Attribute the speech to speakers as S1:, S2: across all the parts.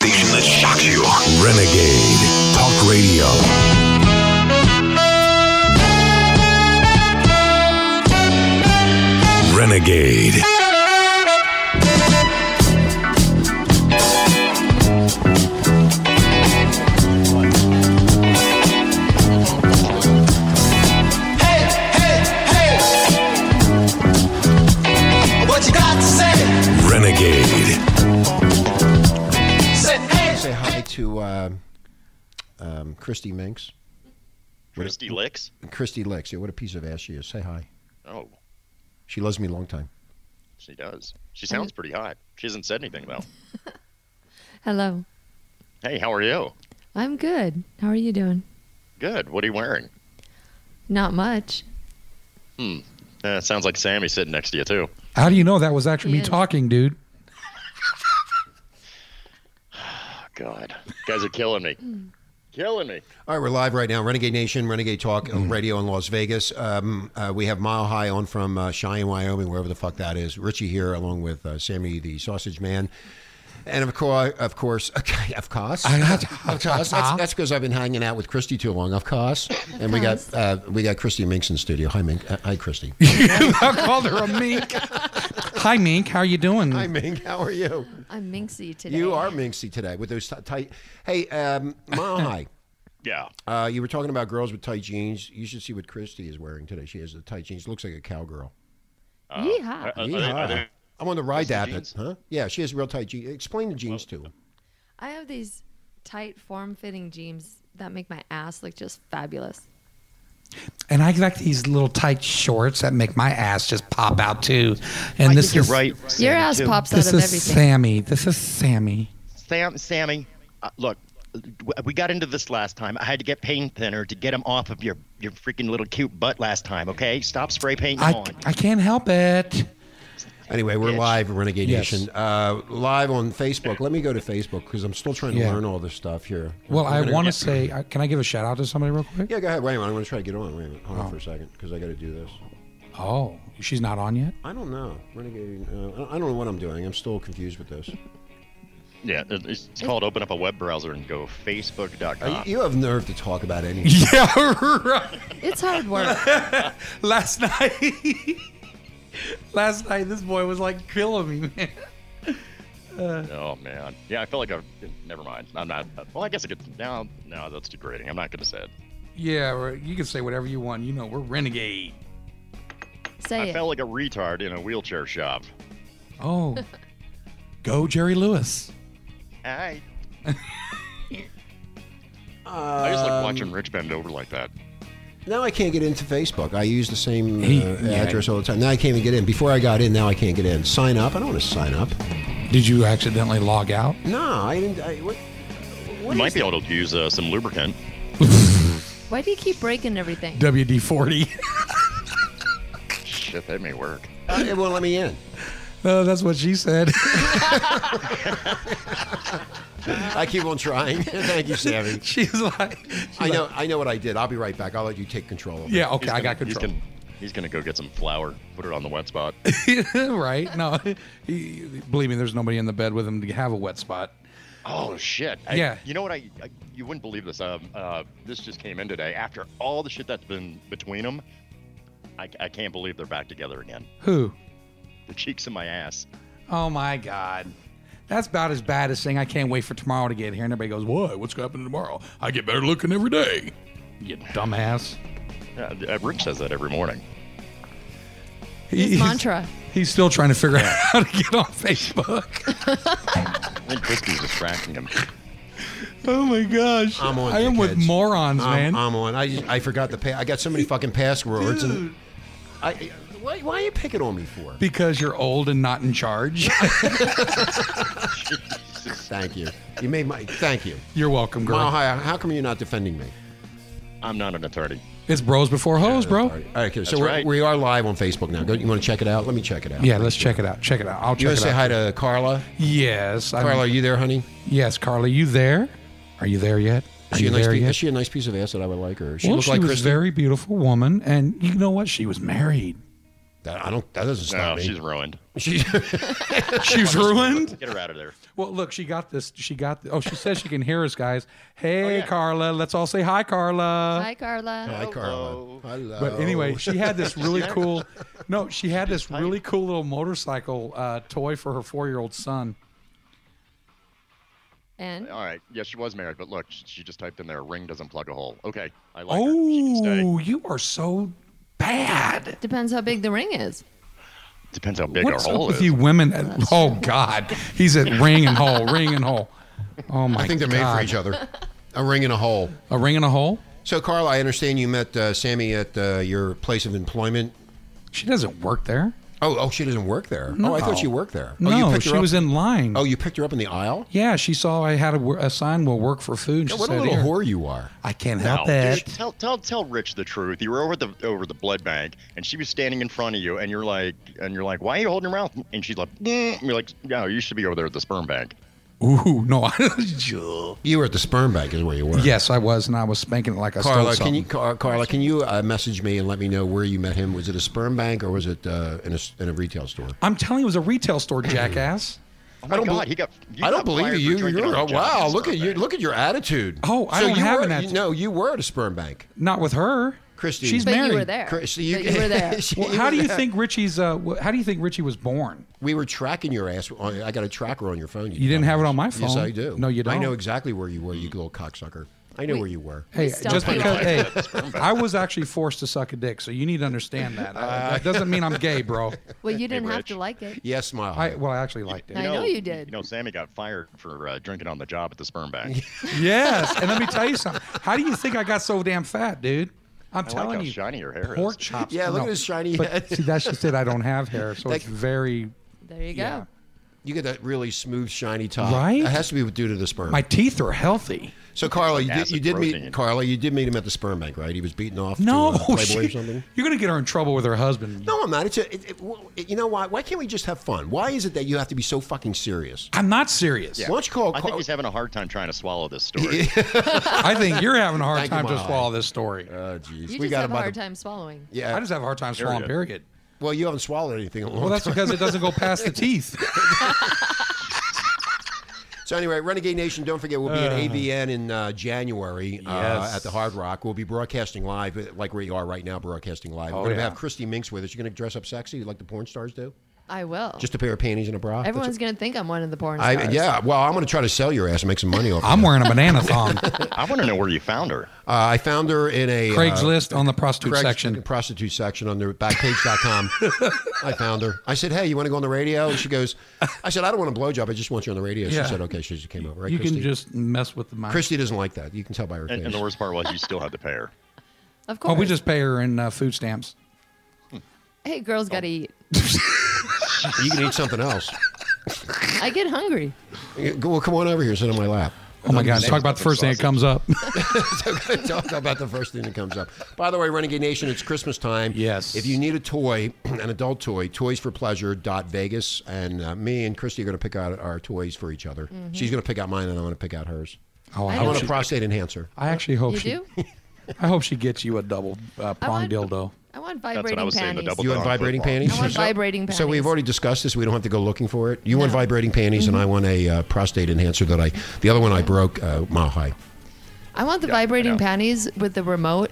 S1: that shocks you.
S2: Renegade Talk Radio. Renegade.
S3: Hey, hey, hey. What you got to say?
S2: Renegade.
S3: Say hey.
S4: Say hi to uh, um, Christy Minks.
S5: Christy Licks?
S4: Christy Licks. Yeah, what a piece of ass she is. Say hi.
S5: Oh,
S4: She loves me a long time.
S5: she does. She sounds pretty hot. She hasn't said anything, though.
S6: Hello.
S5: Hey, how are you?
S6: I'm good. How are you doing?
S5: Good. What are you wearing?
S6: Not much.
S5: Uh, sounds like Sammy's sitting next to you, too.
S7: How do you know that was actually me
S6: Yes.
S7: talking, dude?
S5: Oh, God. Hmm. You guys are killing me. killing me.
S4: All right, we're live right now. Renegade Nation, Renegade Talk uh, Radio in Las Vegas. Um, uh, we have Mile High on from uh, Cheyenne, Wyoming, wherever the fuck that is. Richie here, along with uh, Sammy the Sausage Man. And of course, of course, okay, of course, of course. That's because I've been hanging out with Christy too long, of course. And we got uh, we got Christy Minks in studio. Hi, Mink. Uh, hi, Christy.
S7: I called her a mink. Hi, mink. How you doing?
S4: hi, Mink. How are you?
S6: I'm minxy today.
S4: You are Minxie today with those ti- tight. Hey, um, Mile High.
S5: Yeah.
S4: Uh, you were talking about girls with tight jeans. You should see what Christy is wearing today. She has the tight jeans. Looks like a cowgirl.
S6: Yeehaw.
S4: Uh,
S5: Are- are they- are they-
S4: I'm on the ride
S5: Those are
S4: app.
S5: jeans?
S4: Huh? Yeah, she has real tight jeans. Explain the jeans to him.
S6: I have these tight, form-fitting jeans that make my ass look just fabulous.
S7: And I like these little tight shorts that make my ass just pop out too. And this is
S6: Your ass pops out of
S7: This
S6: everything.
S7: is Sammy. This is Sammy.
S5: Sam, Sammy, uh, look, uh, we got into this last time. I had to get paint thinner to get him off of your, your freaking little cute butt last time, okay? Stop spray painting
S7: I,
S5: on.
S7: I can't help it.
S4: Anyway, we're
S5: Bitch.
S4: live, Renegade
S7: Yes.
S4: Nation. Uh, live on Facebook. Let me go to Facebook because I'm still trying to
S7: Yeah.
S4: learn all this stuff here.
S7: Well, I
S4: We're gonna-
S7: want to say, I- can I give a shout out to somebody real quick?
S4: Yeah, go ahead. Wait a minute. I'm going to try to get on. Wait a minute. Hold on for a second because I got to do this.
S7: Oh, she's not on yet.
S4: I don't know. Renegade. Uh, I don't know what I'm doing. I'm still confused with this.
S5: Yeah, it- it's called open up a web browser and go
S4: Uh,
S5: facebook.com.
S4: you, you have nerve to talk about anything.
S7: Yeah, right.
S6: It's hard work.
S7: last night. last night, this boy was like killing me, man.
S5: Oh man, yeah, I feel like I. Never mind. I'm not. Well, I guess I could. No, no, that's degrading. I'm not gonna say it.
S7: Yeah, right. you can say whatever you want. You know, we're renegade.
S6: Say
S5: I
S6: it.
S5: felt like a retard in a wheelchair shop.
S7: Oh, go Jerry Lewis.
S5: I. I just like
S7: Um,
S5: watching Rich bend over like that.
S4: Now I can't get into Facebook. I use the same uh,
S7: Hey, yeah.
S4: address all the time. Now I can't even get in. Before I got in, now I can't get in. Sign up? I don't want to sign up.
S7: Did you accidentally log out?
S4: No, I didn't. I, what,
S5: You might be able to use uh, some lubricant.
S6: Why do you keep breaking everything?
S7: WD 40.
S5: Shit, that may work.
S4: uh, it won't let me in.
S7: oh, that's what she said.
S4: I keep on trying. Thank you, Sammy.
S7: she's like, she's
S4: I
S7: like,
S4: know. I know what I did. I'll be right back. I'll let you take control of it.
S7: Yeah, okay,
S5: He's
S7: I
S5: gonna-
S7: got
S5: he's
S7: control.
S5: gonna- He's gonna go get some flour, put it on the wet spot.
S7: right? No, he, believe me, there's nobody in the bed with him to have a wet spot.
S5: Oh shit! I-
S7: Yeah.
S5: You know what? I, I you wouldn't believe this. Um, uh, this just came in today. After all the shit that's been between them, I, I can't believe they're back together again.
S7: Who?
S5: The cheeks in my ass.
S7: Oh my God. That's about as bad as saying I can't wait for tomorrow to get here. And everybody goes, "What? What's happening tomorrow? I get better looking every day." You dumbass.
S5: Uh, uh, Rich says that every morning.
S7: He-
S6: His
S7: he's-
S6: mantra.
S7: He's still trying to figure out how to get on Facebook.
S5: I think Christy's distracting him.
S7: oh my gosh!
S4: I'm on.
S7: I am with
S4: dickheads.
S7: morons,
S4: I'm,
S7: man.
S4: I'm on. I just, I forgot the pay. I got so many fucking passwords. And
S7: Dude,
S4: I, I- why, why are you picking on me for?
S7: because you're old and not in charge.
S4: Thank you. You made my. Thank you.
S7: you're welcome, girl.
S4: Mile High, how come you're not defending me?
S5: I'm not an attorney.
S7: It's bros before hoes, bro.
S4: All right, all right, okay, so
S5: That's
S4: we're,
S5: right.
S4: we are live on Facebook now. Go, you want to check it out? Let me check it out.
S7: Yeah, let's check it out. Check it out. I'll
S4: You
S7: check
S4: want
S7: it
S4: to say
S7: out.
S4: hi to Carla?
S7: Yes, I'm-
S4: Carla, are you there, honey?
S7: yes, Carla. You there? Are you there yet? Are
S4: Is she,
S7: you
S4: a nice
S7: there
S4: piece,
S7: yet?
S4: is she a nice piece of ass that I would like her? She
S7: well,
S4: looks
S7: she
S4: like
S7: was a
S4: Christy.
S7: very beautiful woman, and you know what? She was married.
S4: That, I don't. That doesn't
S5: No,
S4: stop me.
S5: she's ruined.
S4: She's-
S7: She's ruined.
S5: Get her out of there.
S7: Well, look, she got this. She got. oh, she says she can hear us, guys.
S4: Oh,
S7: Hey,
S5: yeah.
S7: Carla. Let's all say hi, Carla.
S6: Hi, Carla.
S4: Hi, Carla. Hello.
S7: But
S4: Oh.
S7: anyway, she had this really cool. No, she had this
S5: tight.
S7: really cool little motorcycle uh, toy for her four-year-old son.
S6: And
S5: All right. Yeah, she was married, but look, she, she just typed in there, ring doesn't plug a hole. Okay. I like her. She can stay.
S7: Oh, you are so bad.
S6: depends how big the ring is.
S5: Depends how big
S7: What's
S5: our
S7: up
S5: hole
S7: with
S5: is.
S7: you women? At, oh God, he's at ring and hole, ring and hole. Oh my!
S4: I think they're made for each other. A ring and a hole.
S7: A ring and a hole?
S4: So, Carla, I understand you met uh, Sammy at uh, your place of employment.
S7: She doesn't work there.
S4: Oh, oh, she doesn't work there. Oh, I thought she worked there. oh, you
S7: No,
S4: picked her
S7: she
S4: up-
S7: was in line.
S4: Oh, you picked her up in the aisle.
S7: Yeah, she saw I had a, wo- a sign. Will work for food. And she
S4: what a
S7: said,
S4: little
S7: "Here."
S4: whore you are.
S7: I can't
S5: No,
S7: help
S5: dude,
S7: that.
S5: tell, tell, tell Rich the truth. You were over the over the blood bank, and she was standing in front of you, and you're like, and you're like, why are you holding her mouth? And she's like, "Mm." and you're like, no, you should be over there at the sperm bank.
S7: Ooh, no. I-
S4: You were at the sperm bank, is where you were.
S7: yes, I was, and I was spanking it like I
S4: Carla,
S7: stole
S4: can you
S7: something.
S4: Car- Carla, can you uh, message me and let me know where you met him? Was it a sperm bank or was it uh, in, a, s- in a retail store?
S7: I'm telling you, it was a retail store, jackass.
S5: Oh my
S4: don't
S5: God,
S4: bel-
S5: he got. you got
S4: I don't believe
S5: fired for
S4: you.
S5: drinking
S4: You're
S5: on
S4: oh,
S5: the job at
S4: wow.
S5: the
S4: Look at
S5: sperm
S4: you.
S5: bank.
S4: Look at your attitude.
S7: Oh, I
S4: so
S7: don't
S4: you
S7: have
S4: were,
S7: an
S4: you-
S7: attitude.
S4: No, you were at a sperm bank.
S7: Not with her,
S4: Christy.
S7: She's
S6: But
S7: married.
S6: you were there.
S4: Chris,
S6: But
S4: you-
S6: you, were there.
S4: She-
S7: Well, how do you think Richie's? Uh, wh- how do you think Richie was born?
S4: We were tracking your ass. I got a tracker on your phone.
S7: You didn't have it on my
S4: Yes,
S7: phone.
S4: I do.
S7: No, you
S4: I know
S7: don't.
S4: exactly where you were, you little cocksucker. I know where you were.
S7: Hey,
S6: still
S7: just
S6: can't
S7: because
S6: like
S7: hey, I was actually forced to suck a dick, so you need to understand that. I, that doesn't mean I'm gay, bro.
S6: Well, you didn't have
S5: Rich.
S6: to like it.
S4: Yes, my.
S7: I well, I actually liked
S6: I
S7: it.
S6: know you did.
S5: You know, Sammy got fired for uh, drinking on the job at the sperm bank.
S7: Yes, and let me tell you something. How do you think I got so damn fat, dude? I'm
S5: I
S7: telling
S5: like how
S7: you,
S5: shiny your hair
S7: pork
S5: is.
S7: chops.
S4: yeah, look
S7: no.
S4: at his shiny
S7: But
S4: head.
S7: see, that's just it. I don't have hair, so it's very.
S6: There you go.
S7: Yeah.
S4: You get that really smooth, shiny top.
S7: Right?
S4: It has to be due to the sperm.
S7: My teeth are healthy.
S4: so, Carla, you did,
S5: Acid
S4: you did meet
S5: protein.
S4: Carla. You did meet him at the sperm bank, right? He was beaten off.
S7: No,
S4: to, uh, Playboy
S7: she-
S4: or something.
S7: you're gonna get her in trouble with her husband.
S4: No, I'm not. It's a, it, it, well, it- you know why? Why can't we just have fun? Why is it that you have to be so fucking serious?
S7: I'm not serious.
S4: Why don't you call?
S5: I think
S4: Carl-
S5: he's having a hard time trying to swallow this story.
S7: I think you're having a hard
S4: Thank you,
S7: time to
S4: Mom.
S7: swallow this story.
S4: oh, jeez,
S6: You
S4: we
S6: just
S4: got
S6: have
S4: him
S6: a
S4: by
S6: hard
S4: the.
S6: time swallowing.
S4: Yeah.
S7: I just have a hard time swallowing. Period.
S4: well, you haven't swallowed anything in a long
S7: Well, that's
S4: time.
S7: because it doesn't go past the teeth.
S4: So anyway, Renegade Nation, don't forget we'll be at ABN in uh, January uh,
S7: Yes.
S4: at the Hard Rock. We'll be broadcasting live, uh, like we are right now, broadcasting live. We're
S7: Oh,
S4: going to
S7: yeah.
S4: have Christy Minks with us. You're going to dress up sexy like the porn stars do,
S6: I will.
S4: just a pair of panties and a bra. That's
S6: Everyone's
S4: what-
S6: gonna think I'm one of the porn stars.
S4: I, yeah, well, I'm going to try to sell your ass and make some money off.
S7: I'm
S4: of it.
S7: wearing a banana thong.
S5: I want to know where you found her.
S4: Uh, I found her in a uh,
S7: Craigslist on the prostitute
S4: Craig's-
S7: section.
S4: prostitute section on their backpage.com. I found her. I said, "Hey, you want to go on the radio?" And she goes, "I said I don't want a blowjob. I just want you on the radio."
S7: Yeah.
S4: She said, "Okay." She just came over. Right,
S7: You
S4: Christy?
S7: can just mess with the mic.
S4: Christy doesn't like that. You can tell by her
S5: And,
S4: face.
S5: and the worst part was you still had to pay her.
S6: Of course.
S7: Oh, we just pay her in uh, food stamps.
S6: Hey, girls gotta
S4: Oh.
S6: eat.
S4: You can eat something else.
S6: I get hungry.
S4: Go- Well, come on over here. Sit on my lap.
S7: Oh my God!
S5: name
S7: Talk
S5: is
S7: about the
S5: fucking
S7: first thing that
S5: sausage.
S7: comes up.
S4: Talk about the first thing that comes up. By the way, Renegade Nation, it's Christmas time.
S7: Yes.
S4: If you need a toy, an adult toy, Toys for Pleasure Vegas, and uh, me and Christy are going to pick out our toys for each other.
S5: Mm-hmm.
S4: She's going to pick out mine, and I'm going to pick out hers.
S7: Oh, I,
S6: I
S4: I
S7: hope
S4: want
S6: don't-
S4: a
S7: she,
S4: prostate enhancer.
S7: I actually hope
S6: You
S7: she.
S6: do?
S7: I hope she gets you a double uh,
S6: I
S7: prong
S6: want-
S7: dildo.
S6: I want
S5: I
S6: vibrating
S5: was saying, the
S6: panties.
S5: double-
S4: You want
S5: Put on
S4: vibrating
S5: football.
S4: panties?
S6: I want
S4: So-
S6: vibrating
S4: So we've
S6: panties.
S4: already discussed this. We don't have to go looking for it. You want vibrating panties, and I
S6: Mm-hmm.
S4: want a uh, prostate enhancer that I. The other one I broke uh, mile high.
S6: I want the
S5: I
S6: vibrating
S5: know.
S6: panties with the remote.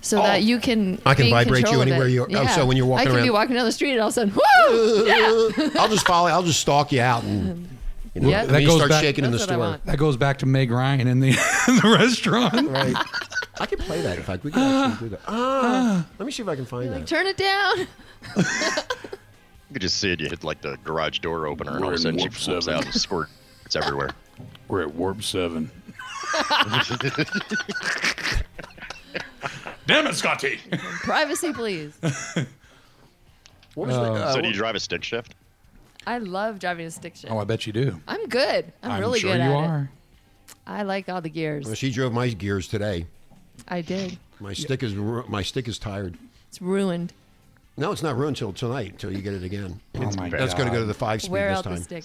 S6: So
S5: Oh.
S6: that you can,
S4: I can
S6: be in
S4: vibrate
S6: control
S4: you
S6: of
S4: anywhere
S6: it.
S4: you are- oh, so when you're walking
S6: I can be
S4: around-
S6: walking down the street and all of a sudden, whoo! Yeah.
S4: I'll just follow. I'll just stalk you out, and you know,
S6: Yeah.
S4: and
S6: That
S4: then you
S7: goes
S4: start
S7: back-
S4: shaking in the
S6: That's what I
S4: store.
S6: want.
S7: That goes back to Meg Ryan in the in the restaurant.
S4: Right. I could play that. In fact, we could actually do that. Ah, let me see if I can find
S6: Like,
S4: that.
S6: turn it down.
S5: You could just see it. You hit like the garage door opener, and all of a sudden she flips out and squirts everywhere.
S1: We're at warp seven. Damn it, Scotty!
S6: Privacy, please.
S4: What was the, uh,
S5: so do
S4: what-
S5: you drive a stick shift?
S6: I love driving a stick shift.
S7: Oh, I bet you do.
S6: I'm good. I'm, really
S7: sure
S6: good
S7: you
S6: at it.
S7: are.
S6: I like all the
S4: Well,
S6: gears.
S4: uh, she drove my gears today.
S6: I did.
S4: My stick is ru- my stick is tired.
S6: It's ruined.
S4: No, it's not ruined till tonight. Until you get it again.
S7: Oh my
S4: That's
S7: God.
S4: going to go to the five speed
S6: Wear
S4: this
S6: out the
S4: time.
S6: stick.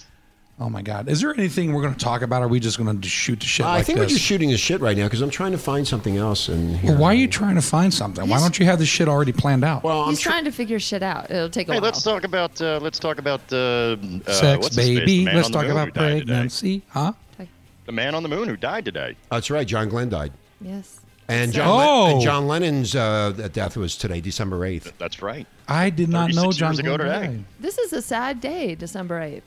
S7: Oh my God! Is there anything we're going to talk about? Or are we just going to shoot the shit?
S4: I
S7: like
S4: think
S7: this?
S4: we're just shooting the shit right now because I'm trying to find something else. And
S7: Well, why are you trying to find something? Why
S6: He's-
S7: don't you have this shit already planned out?
S4: Well, I'm
S6: He's
S4: trying.
S6: trying to figure shit out. It'll take a
S5: Hey,
S6: while.
S5: let's talk about uh, let's talk about uh, uh,
S7: Sex,
S5: what's his face,
S7: baby.
S5: the man
S7: Let's
S5: on the
S7: talk
S5: moon
S7: about
S5: who died today.
S7: pregnancy, huh?
S5: The man on the moon who died today.
S4: That's right. John Glenn died,
S6: yes.
S4: and John,
S7: Oh.
S4: Len- and John Lennon's uh, death was today, December eighth.
S5: That's right.
S7: I did not know
S5: 36
S7: John
S5: years ago
S7: Glenn
S5: today.
S7: died.
S6: This is a sad day, December 8th.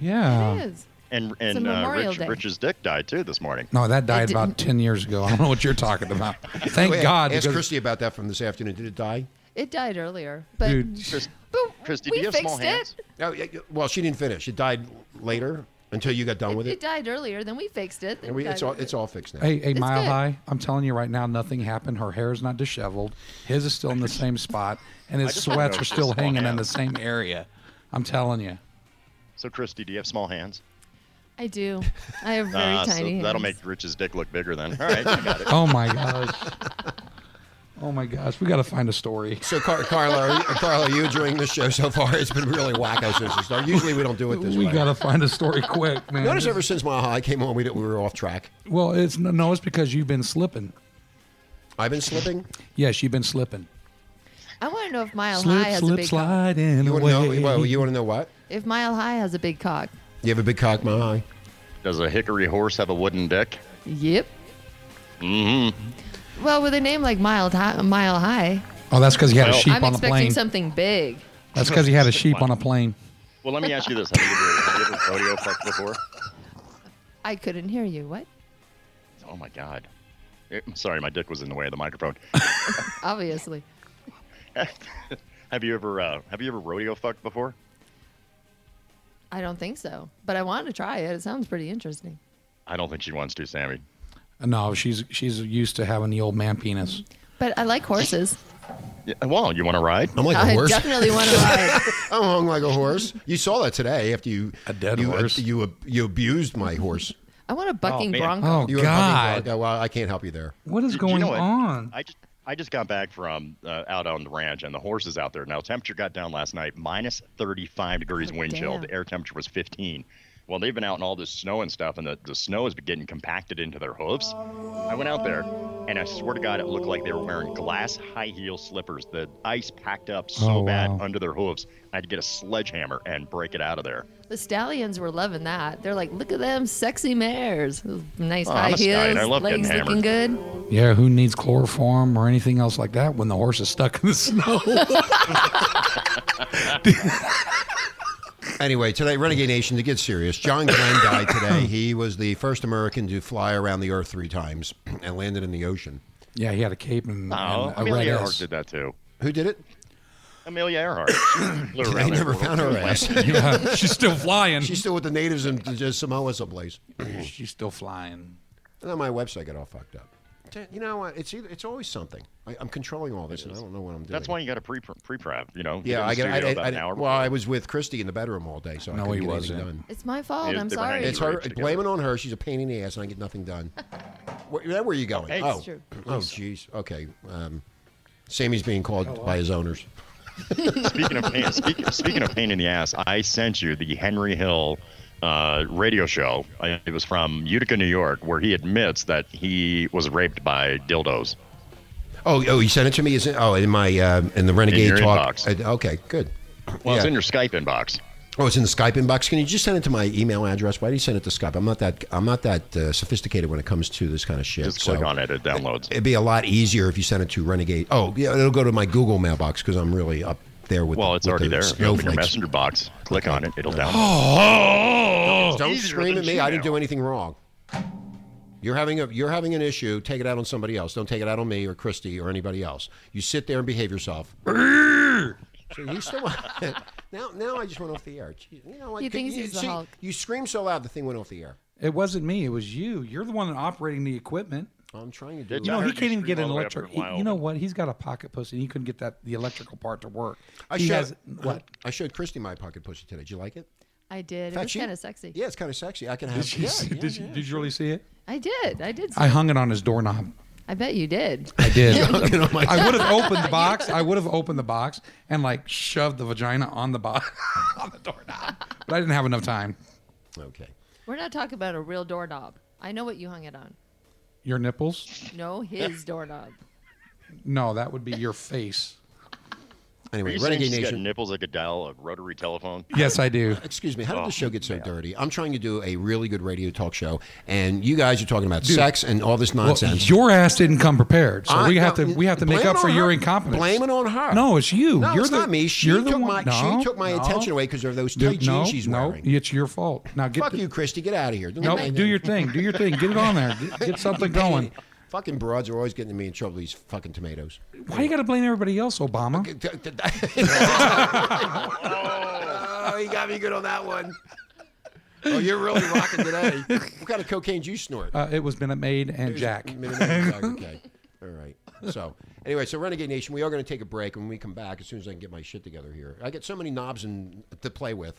S7: Yeah.
S6: it is.
S5: And and uh,
S6: Memorial
S5: Rich,
S6: Day.
S5: Rich's dick died too this morning.
S7: No, that died
S6: It
S7: about
S6: didn't-
S7: ten years ago. I don't know what you're talking about. Thank
S4: Wait,
S7: God.
S4: Ask
S7: because-
S4: Christy about that from this afternoon. Did it die?
S6: It died earlier. But,
S7: Dude,
S5: Chris,
S6: but
S5: Christy,
S6: we
S5: do you have
S6: fixed
S5: small hands?
S6: it.
S4: Oh, yeah, yeah, well, she didn't finish. It died later until you got done with
S6: It
S4: it.
S6: died earlier. Then we fixed it. then
S4: And we,
S6: it
S4: it's
S6: died
S4: all
S6: earlier.
S4: it's all fixed now.
S7: Hey, hey, mile
S6: good.
S7: high. I'm telling you right now, nothing happened. Her hair is not disheveled. His is still in the same spot, and his
S5: just wanna
S7: sweats
S5: know
S7: are
S5: if
S7: still
S5: this will
S7: hanging in the
S5: happen.
S7: same area. I'm telling you.
S5: So Christy, do you have small hands?
S6: I do. I have very
S5: Ah, so
S6: tiny hands.
S5: that'll make Rich's dick look bigger then. All right, I got it.
S7: Oh my gosh. Oh my gosh. We got to find a story.
S4: So, Car- Carla, are you, Carla, are you enjoying this show so far? It's been really wacko since the start. Usually, we don't do it this
S7: We
S4: way.
S7: got to find a story quick, man.
S4: Notice ever since my high came on, we, did- we were off track.
S7: Well, it's no, no, it's because you've been slipping.
S4: I've been slipping.
S7: Yes, you've been slipping.
S6: I want to know if Mile
S7: Slip,
S6: High has a
S7: slip,
S6: big cock.
S7: slide in
S4: You want to
S7: away.
S4: know? Well, you want to know what?
S6: If Mile High has a big cock.
S4: You have a big cock, my high.
S5: Does a hickory horse have a wooden dick?
S6: Yep. Mm-hmm.
S5: Mm-hmm.
S6: Well, with a name like Mile High, Mile High,
S7: oh, that's because he had a
S5: Well,
S7: sheep
S6: I'm
S7: on a
S6: expecting
S7: plane.
S6: something big.
S7: That's because he had a sheep on a plane.
S5: Well, let me ask you this: Have you ever, have you ever rodeo fucked before?
S6: I couldn't hear you. What?
S5: Oh my god! Eh, I'm sorry, my dick was in the way of the microphone.
S6: Obviously.
S5: have you ever uh, have you ever rodeo fucked before?
S6: I don't think so. But I want to try it. It sounds pretty interesting.
S5: I don't think she wants to, Sammy.
S7: No, she's she's used to having the old man penis.
S6: But I like horses.
S5: Yeah, well, you want to ride?
S4: I'm like a
S6: I
S4: horse.
S6: definitely want to ride.
S4: I'm hung like a horse. You saw that today after you
S7: A dead
S4: you,
S7: horse.
S4: You ab- you abused my horse.
S6: I want a bucking
S5: man.
S6: bronco.
S7: Oh
S4: You were fucking
S7: God,
S4: dog. Well, I can't help you there.
S7: what is
S5: Do
S7: going
S5: you know what?
S7: on?
S5: I just I just got back from uh, out on the ranch, and the horses out there. Now temperature got down last night, minus 35 degrees
S6: Oh,
S5: wind chill.
S6: damn.
S5: The air temperature was 15. Well, they've been out in all this snow and stuff, and the, the snow has been getting compacted into their hooves. I went out there, and I swear to God, it looked like they were wearing glass high heel slippers. The ice packed up so
S7: Oh,
S5: bad
S7: wow.
S5: under their hooves. I had to get a sledgehammer and break it out of there.
S6: The stallions were loving that. They're like, look at them sexy mares. Those Nice
S5: Oh,
S6: high
S5: I'm a stallion.
S6: heels,
S5: I love getting
S6: legs looking good.
S7: yeah, who needs chloroform or anything else like that when the horse is stuck in the snow?
S4: Anyway, today, Renegade Nation, to get serious, John Glenn died today. He was the first American to fly around the Earth three times and landed in the ocean.
S7: yeah, he had a cape and,
S5: Oh,
S7: and a red
S5: Amelia Earhart
S7: S.
S5: did that too.
S4: Who did it?
S5: Amelia Earhart. Flew
S4: I
S5: around there
S4: never
S5: for a
S4: found her
S5: little
S4: ass.
S7: Yeah, she's still flying.
S4: She's still with the natives in just Samoa someplace. And
S7: she's still flying.
S4: then my website got all fucked up. You know what? It's either, it's always something. I, I'm controlling all this, and I don't know what I'm doing.
S5: That's why you got to pre pre prep. You know.
S4: Yeah, I
S5: get.
S4: got.
S5: in the studio
S4: I, I,
S5: about
S4: I,
S5: an hour
S4: well, I
S5: before.
S4: was with Christy in the bedroom all day, so I
S7: No,
S4: couldn't
S7: he
S4: get anything
S7: wasn't.
S4: done.
S6: It's my fault.
S5: Yeah,
S6: I'm
S5: they were
S6: sorry.
S5: hanging
S4: It's her.
S5: Together.
S4: Blame it on her. She's a pain in the ass, and I get nothing done. where, where were you going?
S5: Hey.
S4: oh,
S5: It's
S6: true.
S4: oh, jeez. Okay. Um, Sammy's being called by his owners.
S5: speaking of pain, speaking, speaking of pain in the ass, I sent you the Henry Hill uh, radio show. I, it was from Utica, New York, where he admits that he was raped by dildos.
S4: Oh, oh, you sent it to me. Is it? Oh, in my uh, in the Renegade
S5: your
S4: Talk.
S5: inbox.
S4: uh, okay, good.
S5: Well, it's
S4: Yeah.
S5: in your Skype inbox.
S4: Oh, it's in the Skype inbox. Can you just send it to my email address? Why do you send it to Skype? I'm not that I'm not that uh, sophisticated when it comes to this kind of shit.
S5: Just
S4: so
S5: click on it; it downloads.
S4: It'd be a lot easier if you sent it to Renegade. Oh, yeah, it'll go to my Google mailbox because I'm really up there with.
S5: well,
S4: the-
S5: it's
S4: with
S5: already
S4: the
S5: there. If you open your
S4: snowflakes.
S5: messenger box, click on it; it'll
S4: Oh,
S5: download.
S4: Don't
S5: Easier
S4: scream
S5: than
S4: at me. I didn't
S5: Gmail.
S4: do anything wrong. You're having a you're having an issue. Take it out on somebody else. Don't take it out on me or Christy or anybody else. You sit there and behave yourself. so you still now now I just went off the air. Gee, You know what?
S6: He
S4: Could-
S6: thinks
S4: you,
S6: he's the
S4: see,
S6: Hulk.
S4: You scream so loud, the thing went off the air.
S7: It wasn't me. It was you. You're the one operating the equipment.
S4: I'm trying to do. it.
S7: You know,
S5: I
S7: he
S5: heard you
S7: can't even
S5: scream
S7: get an
S5: all the way up
S7: electric.
S5: in
S7: he- you
S5: Wyoming.
S7: know what? He's got a pocket pussy, and he couldn't get that the electrical part to work.
S4: I
S7: he
S4: showed,
S7: has what?
S4: I showed Christy my pocket pussy today. Did you like it?
S6: I did.
S4: In fact,
S6: it was
S4: she-
S6: kind of sexy.
S4: Yeah, it's kind of sexy. I can have. yeah, yeah,
S7: did, you, did you really see it?
S6: I did. I did.
S7: I hung it on his doorknob.
S6: I bet you did.
S7: I did.
S4: You know, my-
S7: I would have opened the box. I would have opened the box and like shoved the vagina on the box on the doorknob. But I didn't have enough time.
S4: Okay.
S6: We're not talking about a real doorknob. I know what you hung it on.
S7: Your nipples?
S6: No, his doorknob.
S7: No, that would be your face.
S5: Are
S4: Anyway,
S5: you saying
S4: Renegade
S5: she's got
S4: Nation.
S5: nipples like a dial of rotary telephone?
S7: Yes, I do.
S4: Excuse me, how did
S5: Oh,
S4: the show get so dirty? I'm trying to do a really good radio talk show, and you guys are talking about sex and all this
S7: Well,
S4: nonsense.
S7: your ass didn't come prepared, so
S4: I-
S7: we have
S4: no,
S7: to we have to
S4: blame
S7: make up
S4: it
S7: for
S4: on
S7: your
S4: her.
S7: incompetence.
S4: Blame it on her.
S7: No, it's you.
S4: No,
S7: you're
S4: it's
S7: the,
S4: not me. She
S7: you're the
S4: took
S7: one-
S4: my- she
S7: no,
S4: took my
S7: no.
S4: attention away 'cause of those
S7: Dude,
S4: tight jeans
S7: no,
S4: she's
S7: no,
S4: wearing.
S7: it's your fault. Now get
S4: Fuck
S7: the,
S4: you, Christy. Get out of here. Don't
S7: Nope,
S4: make
S7: do
S4: me-
S7: your thing. Do your thing. Get it on there. Get, get something going.
S4: Fucking broads are always getting me in trouble. These fucking tomatoes.
S7: Why you got to blame everybody else, Obama?
S4: oh, you got me good on that one. Oh, you're really rocking today. What kind of cocaine do you snort?
S7: Uh, it was Minute Maid and Jack.
S4: Minute Maid Jack, okay. All right. So anyway, so Renegade Nation, we are going to take a break. When we come back, as soon as I can get my shit together here, I get so many knobs and to play with.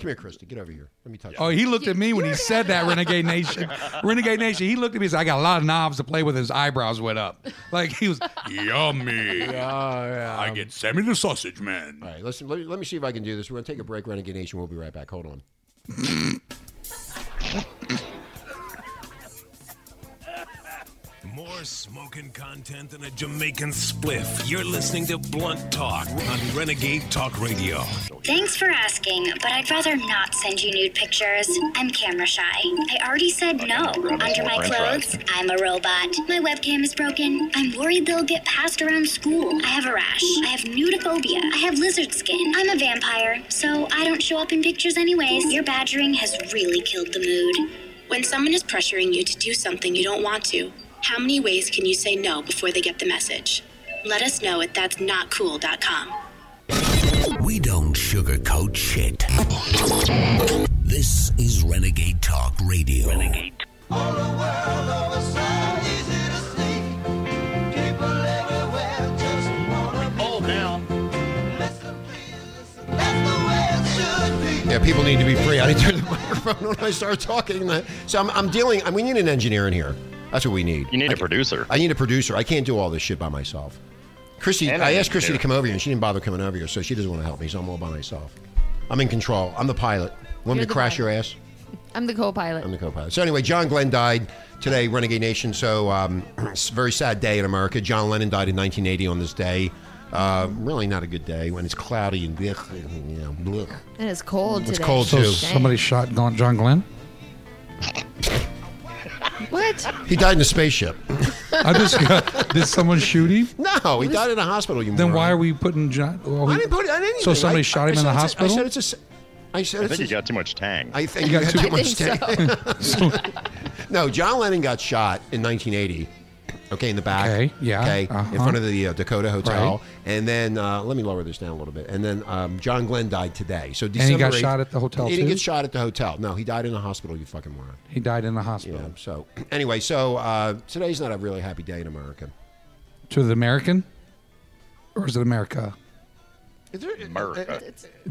S4: Come here, Christy. Get over here. Let me touch.
S7: Oh,
S4: you.
S7: he looked at me when he
S6: You're
S7: said that, Renegade Nation. Renegade Nation. He looked at me and said, I got a lot of knobs to play with. His eyebrows went up. Like he was,
S1: Yummy. I get Sammy the Sausage Man.
S4: All right. Listen. Let me, let me see if I can do this. We're going to take a break, Renegade Nation. We'll be right back. Hold on.
S2: More smoking content than a Jamaican spliff. You're listening to Blunt Talk on Renegade Talk Radio.
S8: Thanks for asking, but I'd rather not send you nude pictures. I'm camera shy. I already said no.
S5: grab us
S8: Under
S5: more
S8: my
S5: french
S8: clothes, I'm a robot. My webcam is broken. I'm worried they'll get passed around school. I have a rash. I have nudophobia. I have lizard skin. I'm a vampire, so I don't show up in pictures anyways. Your badgering has really killed the mood.
S9: When someone is pressuring you to do something you don't want to, how many ways can you say no before they get the message? Let us know at that's not cool.com.
S2: We don't sugarcoat shit. This is Renegade Talk Radio. Renegade.
S5: Old now.
S4: Yeah, people need to be free. I turn the microphone when I start talking. So I'm, I'm dealing. I, we need an engineer in here. That's what we need.
S5: You need a producer.
S4: I need a producer. I can't do all this shit by myself. Christy,
S5: And
S4: I
S5: an
S4: asked Christy to
S5: engineer.
S4: come over here, and she didn't bother coming over here, so she doesn't want to help me. So I'm all by myself. I'm in control. I'm the pilot. Want me
S6: You're
S4: to
S6: the
S4: crash
S6: pilot.
S4: your ass?
S6: I'm the co-pilot.
S4: I'm the co-pilot. So anyway, John Glenn died today, Renegade Nation. So um, it's a very sad day in America. John Lennon died in 1980 on this day. Uh, really not a good day when it's cloudy and blech, you know, blech.
S6: and it's cold today.
S4: It's cold
S7: so
S4: too.
S7: somebody shot Gon- John Glenn.
S6: What?
S4: He died in a spaceship.
S7: I just got, did someone shoot him?
S4: No, he died in a hospital. You
S7: Then
S4: moron.
S7: why are we putting John? well,
S4: I didn't put it. I didn't
S7: So
S4: even-
S7: somebody
S4: I-
S7: shot him
S4: I
S7: in the
S4: said it's a-
S7: hospital.
S4: I said it's a. s- I said
S5: I
S4: it's
S5: think
S4: a
S5: you got too much tang.
S4: I think
S7: You
S4: you
S7: got
S4: got
S7: too
S4: too
S6: I
S4: much
S6: think
S4: steak.
S6: so.
S4: No, John Lennon got shot in 1980. Okay, in the back.
S7: Okay, yeah,
S4: Okay,
S7: uh-huh.
S4: in front of the uh, Dakota Hotel,
S7: Right.
S4: and then uh, let me lower this down a little bit. And then um, John Glenn died today. So December
S7: he got
S4: 8th
S7: shot at the hotel,
S4: He didn't
S7: too?
S4: get shot at the hotel. No, he died in the hospital. You fucking moron.
S7: he died in the
S4: Yeah.
S7: hospital.
S4: So anyway, so uh, today's not a really happy day in America.
S7: To the American, or is it America?
S4: Is there,
S5: America.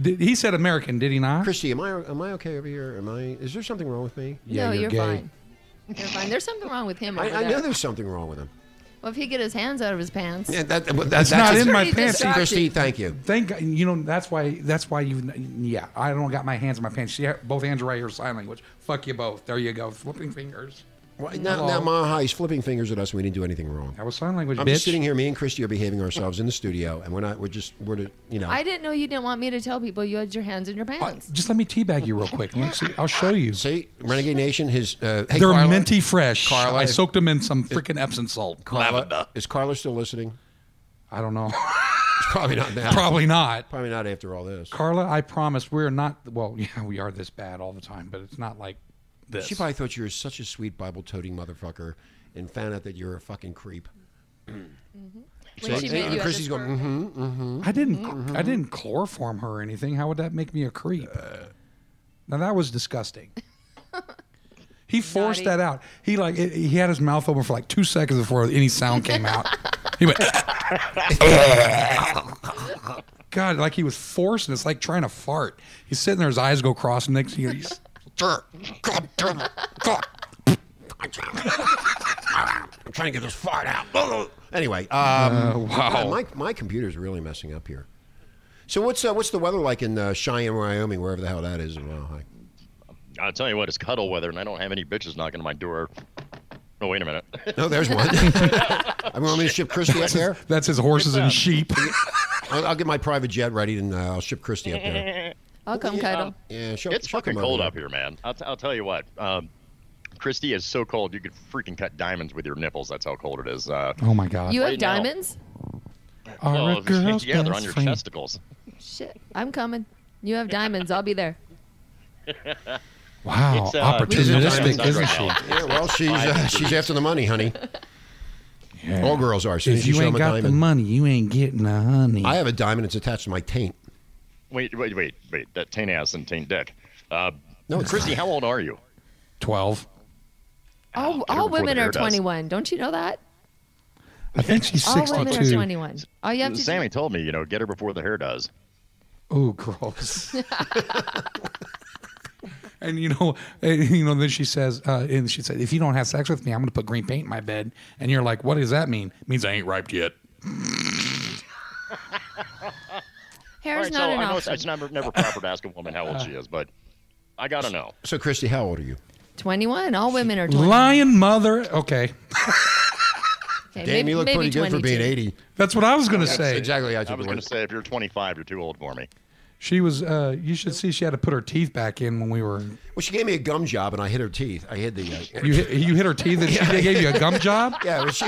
S7: Did, he said American, did he not?
S4: Christy, am I am I okay over here? Am I? Is there something wrong with me?
S7: Yeah,
S6: no,
S7: you're
S6: you're,
S7: gay.
S6: fine. You're fine. There's something wrong with him.
S4: I,
S6: over
S4: I
S6: there.
S4: know there's something wrong with him.
S6: Well, if he get his hands out of his pants,
S4: Yeah, that, that,
S7: It's
S4: that's
S7: not in my
S6: pretty
S7: pants.
S6: distracting.
S4: Christy, thank you.
S7: Thank God, you know that's why that's why you yeah I don't got my hands in my pants. Yeah, both hands are right here, sign language. Fuck you both. There you go, flipping fingers.
S4: Well, now,
S7: Hello.
S4: now Maha is flipping fingers at us, and we didn't do anything wrong.
S7: That was sign language,
S4: I'm
S7: bitch.
S4: just sitting here. Me and Christy are behaving ourselves in the studio, and we're not. We're just. We're to, you know.
S6: I didn't know you didn't want me to tell people you had your hands in your pants.
S7: Just let me teabag you real quick. Let me see. I'll show you.
S4: see, Renegade Nation. His. Uh, hey,
S7: They're
S4: Carla,
S7: minty fresh.
S4: Carla,
S7: I
S4: if-
S7: soaked them in some freaking Epsom salt.
S4: Carla, is Carla still listening?
S7: I don't know.
S4: She's probably not now.
S7: Probably not.
S4: Probably not after all this.
S7: Carla, I promise we're not. Well, yeah, we are this bad all the time, but it's not like this.
S4: She probably thought you were such a sweet Bible-toting motherfucker, and found out that you're a fucking creep.
S6: When she
S4: and,
S6: met you at
S4: Christy's
S6: the
S4: going. Mm-hmm.
S7: I didn't.
S6: Mm-hmm.
S7: I didn't chloroform her or anything. How would that make me a creep?
S5: Uh.
S7: now that was disgusting. He forced
S6: Naughty.
S7: that out. He like it, he had his mouth open for like two seconds before any sound came out. He went. God, like he was forcing. It's like trying to fart. He's sitting there, his eyes go cross. And next thing you know, he's
S4: I'm trying to get this fart out. Anyway, um,
S7: Uh, wow.
S4: my my computer's really messing up here. So what's uh, what's the weather like in uh, Cheyenne, Wyoming, wherever the hell that is? in Mile High?
S5: I'll tell you what, it's cuddle weather, and I don't have any bitches knocking on my door. Oh, wait a minute.
S4: No, there's one. I want me to ship Christy up there.
S7: That's his horses and sheep.
S4: I'll, I'll get my private jet ready and uh, I'll ship Christy up there.
S6: I'll come, Kyle.
S4: Yeah, she'll,
S5: It's
S4: she'll
S5: fucking
S4: come over
S5: cold
S4: there.
S5: up here, man. I'll, t- I'll tell you what. Um, Christy is so cold, you could freaking cut diamonds with your nipples. That's how cold it is. Uh,
S7: Oh my God.
S6: You have
S5: Right now.
S6: diamonds?
S7: Are a
S5: well,
S7: girl's
S5: yeah, they're
S7: best
S5: on your
S7: friend.
S5: testicles.
S6: Shit, I'm coming. You have diamonds. I'll be there.
S4: Oh,
S7: Wow.
S5: It's, uh,
S4: Diamonds
S7: Opportunistic,
S4: out
S7: isn't
S5: right
S7: she?
S5: now.
S4: Yeah, well, she's uh, she's after the money, honey.
S7: Yeah.
S4: All girls are. As soon
S7: If
S4: as you,
S7: you
S4: show
S7: ain't
S4: them a
S7: got the
S4: diamond,
S7: money, you ain't getting the honey.
S4: I have a diamond. It's attached to my taint.
S5: Wait, wait, wait, wait. That taint ass and taint dick. Uh,
S4: No, it's
S5: Christy, how old are you?
S7: 12.
S6: All,
S5: her
S6: all
S5: before the
S6: women
S5: hair
S6: are
S5: does.
S6: 21. Don't you know that?
S7: I think she's
S6: All women are
S7: 62.
S6: 21. All you have to
S5: Sammy told me, you know, get her before the hair does.
S7: Oh, gross. and you know, and, you know. Then she says, uh, and she said, if you don't have sex with me, I'm going to put green paint in my bed. And you're like, what does that mean? It means I ain't ripe yet.
S6: do hair's
S5: All
S6: not
S5: so
S6: an
S5: I know it's,
S6: option.
S5: it's never, never proper to ask a woman how old she is, but I gotta know.
S4: So, Christy, how old are you?
S6: 21. All women are 21.
S7: Lion mother. Okay,
S6: Okay,
S4: Damn, you look pretty good for being
S6: 22.
S4: 80.
S7: that's what I was going to say.
S4: Exactly.
S5: I was gonna say, if you're 25, you're too old for me.
S7: She was. Uh, you should see. She had to put her teeth back in when we were.
S4: Well, she gave me a gum job and I hit her teeth. I hid the. Uh,
S7: You hit, you hit her teeth, and she gave you a gum job.
S4: yeah, well, she.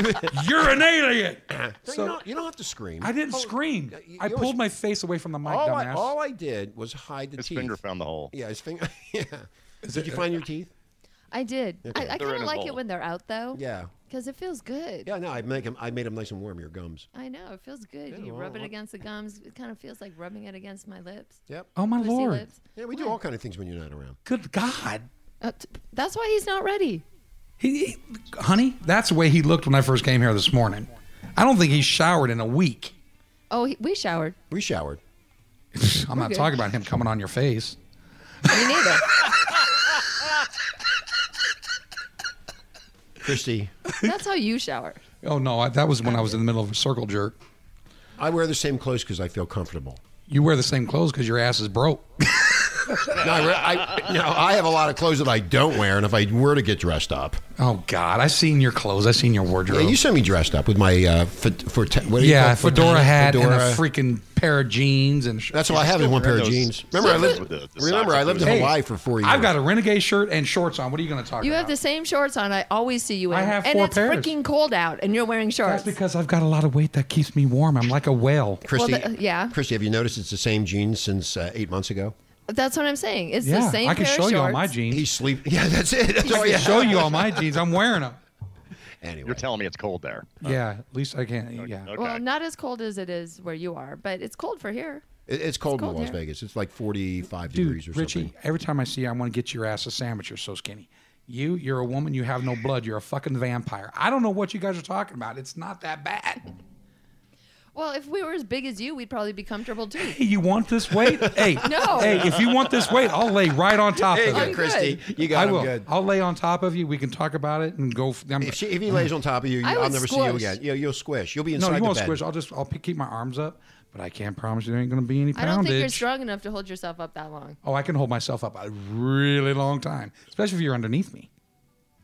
S7: You're an alien.
S4: so, you, don't, you don't have to scream.
S7: I didn't scream.
S4: you
S7: I
S4: always-
S7: pulled my face away from the mic,
S4: All I,
S7: dumbass.
S4: all I did was hide the
S5: His
S4: teeth.
S5: finger found the hole.
S4: Yeah, his finger. Yeah. did you find your teeth?
S6: I did. I, I
S5: They're
S6: kind
S5: in
S6: of
S5: a
S6: like
S5: hole.
S6: it when they're out, though.
S4: Yeah.
S6: Because it feels good.
S4: Yeah, no, I make him. I made him nice and warm. Your gums.
S6: I know. It feels good. you
S4: well,
S6: rub it
S4: well.
S6: against the gums. It kind of feels like rubbing it against my lips.
S4: Yep.
S7: oh my
S6: Pussy
S7: lord!
S6: lips.
S4: Yeah, we do all kind of things when you're not around.
S7: Good God!
S6: Uh, t- that's why he's not ready.
S7: He, he- honey, that's the way he looked when I first came here this morning. I don't think he showered in a week.
S6: Oh, he, we showered.
S4: We showered.
S7: I'm not talking about him coming on your face.
S6: Me neither.
S4: Christy,
S6: that's how you shower.
S7: Oh no, I, that was when I was in the middle of a circle jerk.
S4: I wear the same clothes because I feel comfortable.
S7: You wear the same clothes because your ass is broke.
S4: No, I, re- I, no, I have a lot of clothes that I don't wear, and if I were to get dressed up,
S7: Oh God, I seen your clothes. I seen your
S4: yeah,
S7: wardrobe.
S4: you saw me dressed up with my uh, for, for what do you
S7: Yeah,
S4: call
S7: a
S4: it?
S7: fedora hat and
S4: Fedora.
S7: a freaking pair of jeans and. Sh-
S4: That's all I have is one pair of
S5: those
S4: jeans. Remember, I lived.
S5: with the- the
S4: remember,
S5: socks
S4: I lived in
S5: with the-
S4: Hawaii for four years.
S7: I've got a renegade shirt and shorts on. What are you going to talk
S6: You
S7: about?
S6: have the same shorts on. I always see you in.
S7: I have
S6: and
S7: four
S6: it's
S7: pairs.
S6: freaking cold out, and you're wearing shorts.
S7: That's because I've got a lot of weight that keeps me warm. I'm like a whale.
S4: Christy,
S6: Well, the- uh, yeah.
S4: Christy, have you noticed it's the same jeans since uh, eight months ago?
S6: That's what I'm saying. It's
S7: Yeah,
S6: the same
S7: I can
S6: pair
S7: show
S6: of shorts.
S7: you all my jeans.
S4: He's sleep. Yeah, that's it. That's
S7: I
S4: all
S7: can
S4: you
S7: show
S4: have.
S7: you all my jeans. I'm wearing them.
S4: Anyway,
S5: You're telling me it's cold there.
S7: Yeah, at least I can't. Yeah.
S5: Okay.
S6: Well, not as cold as it is where you are, but it's cold for here.
S4: It- it's cold,
S6: cold
S4: in Las
S6: there.
S4: Vegas. It's like forty-five degrees or
S7: Dude,
S4: something.
S7: Richie, every time I see you, I want to get your ass a sandwich. You're so skinny. You, you're a woman. You have no blood. You're a fucking vampire. I don't know what you guys are talking about. It's not that bad.
S6: Well, if we were as big as you, we'd probably be comfortable too.
S7: Hey, you want this weight? Hey,
S6: No.
S7: Hey, if you want this weight, I'll lay right on top of
S6: I'm
S7: you.
S4: Christy, you got
S7: I
S4: him
S7: will.
S4: good.
S7: I'll lay on top of you. We can talk about it and go. f- I'm,
S4: If, she, if he lays on top of you, you
S6: I
S4: I'll
S6: would
S4: never see you
S6: squish.
S4: again. You, you'll squish. You'll be inside
S7: no, you
S4: the
S7: won't
S4: bed.
S7: squish. I'll just. I'll p- keep my arms up, but I can't promise you there ain't gonna be any
S6: I
S7: poundage.
S6: don't think you're strong enough to hold yourself up that long.
S7: Oh, I can hold myself up a really long time, especially if you're underneath me.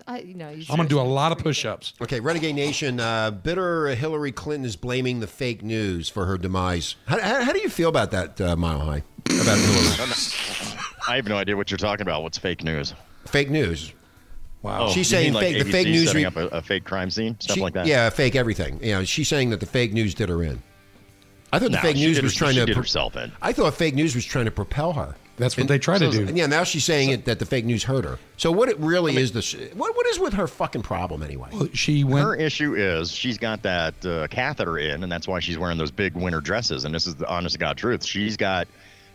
S6: I, you know, you
S7: I'm gonna do a lot of push-ups.
S4: Okay, Renegade Nation. Uh, bitter Hillary Clinton is blaming the fake news for her demise. How, how, how do you feel about that, uh, Mile High? About Hillary?
S5: I have no idea what you're talking about. What's fake news?
S4: fake news.
S7: Wow.
S5: you
S4: She's
S5: mean
S4: saying
S5: like
S4: fake. the
S5: ABC
S4: fake news.
S5: setting
S4: re-
S5: up a, a fake crime scene, stuff
S4: she-
S5: like that.
S4: Yeah, fake everything. You know, she's saying that the fake news did her in. I thought the
S5: No,
S4: fake
S5: she
S4: news
S5: did
S4: was
S5: her-
S4: trying
S5: she
S4: to
S5: did herself in.
S4: I thought fake news was trying to propel her.
S7: That's what they try to do.
S4: And yeah, now she's saying it, that the fake news hurt her. So what it really is the sh- what what is with her fucking problem anyway?
S7: She went.
S5: Her issue is she's got that uh, catheter in, and that's why she's wearing those big winter dresses. And this is the honest to God truth. She's got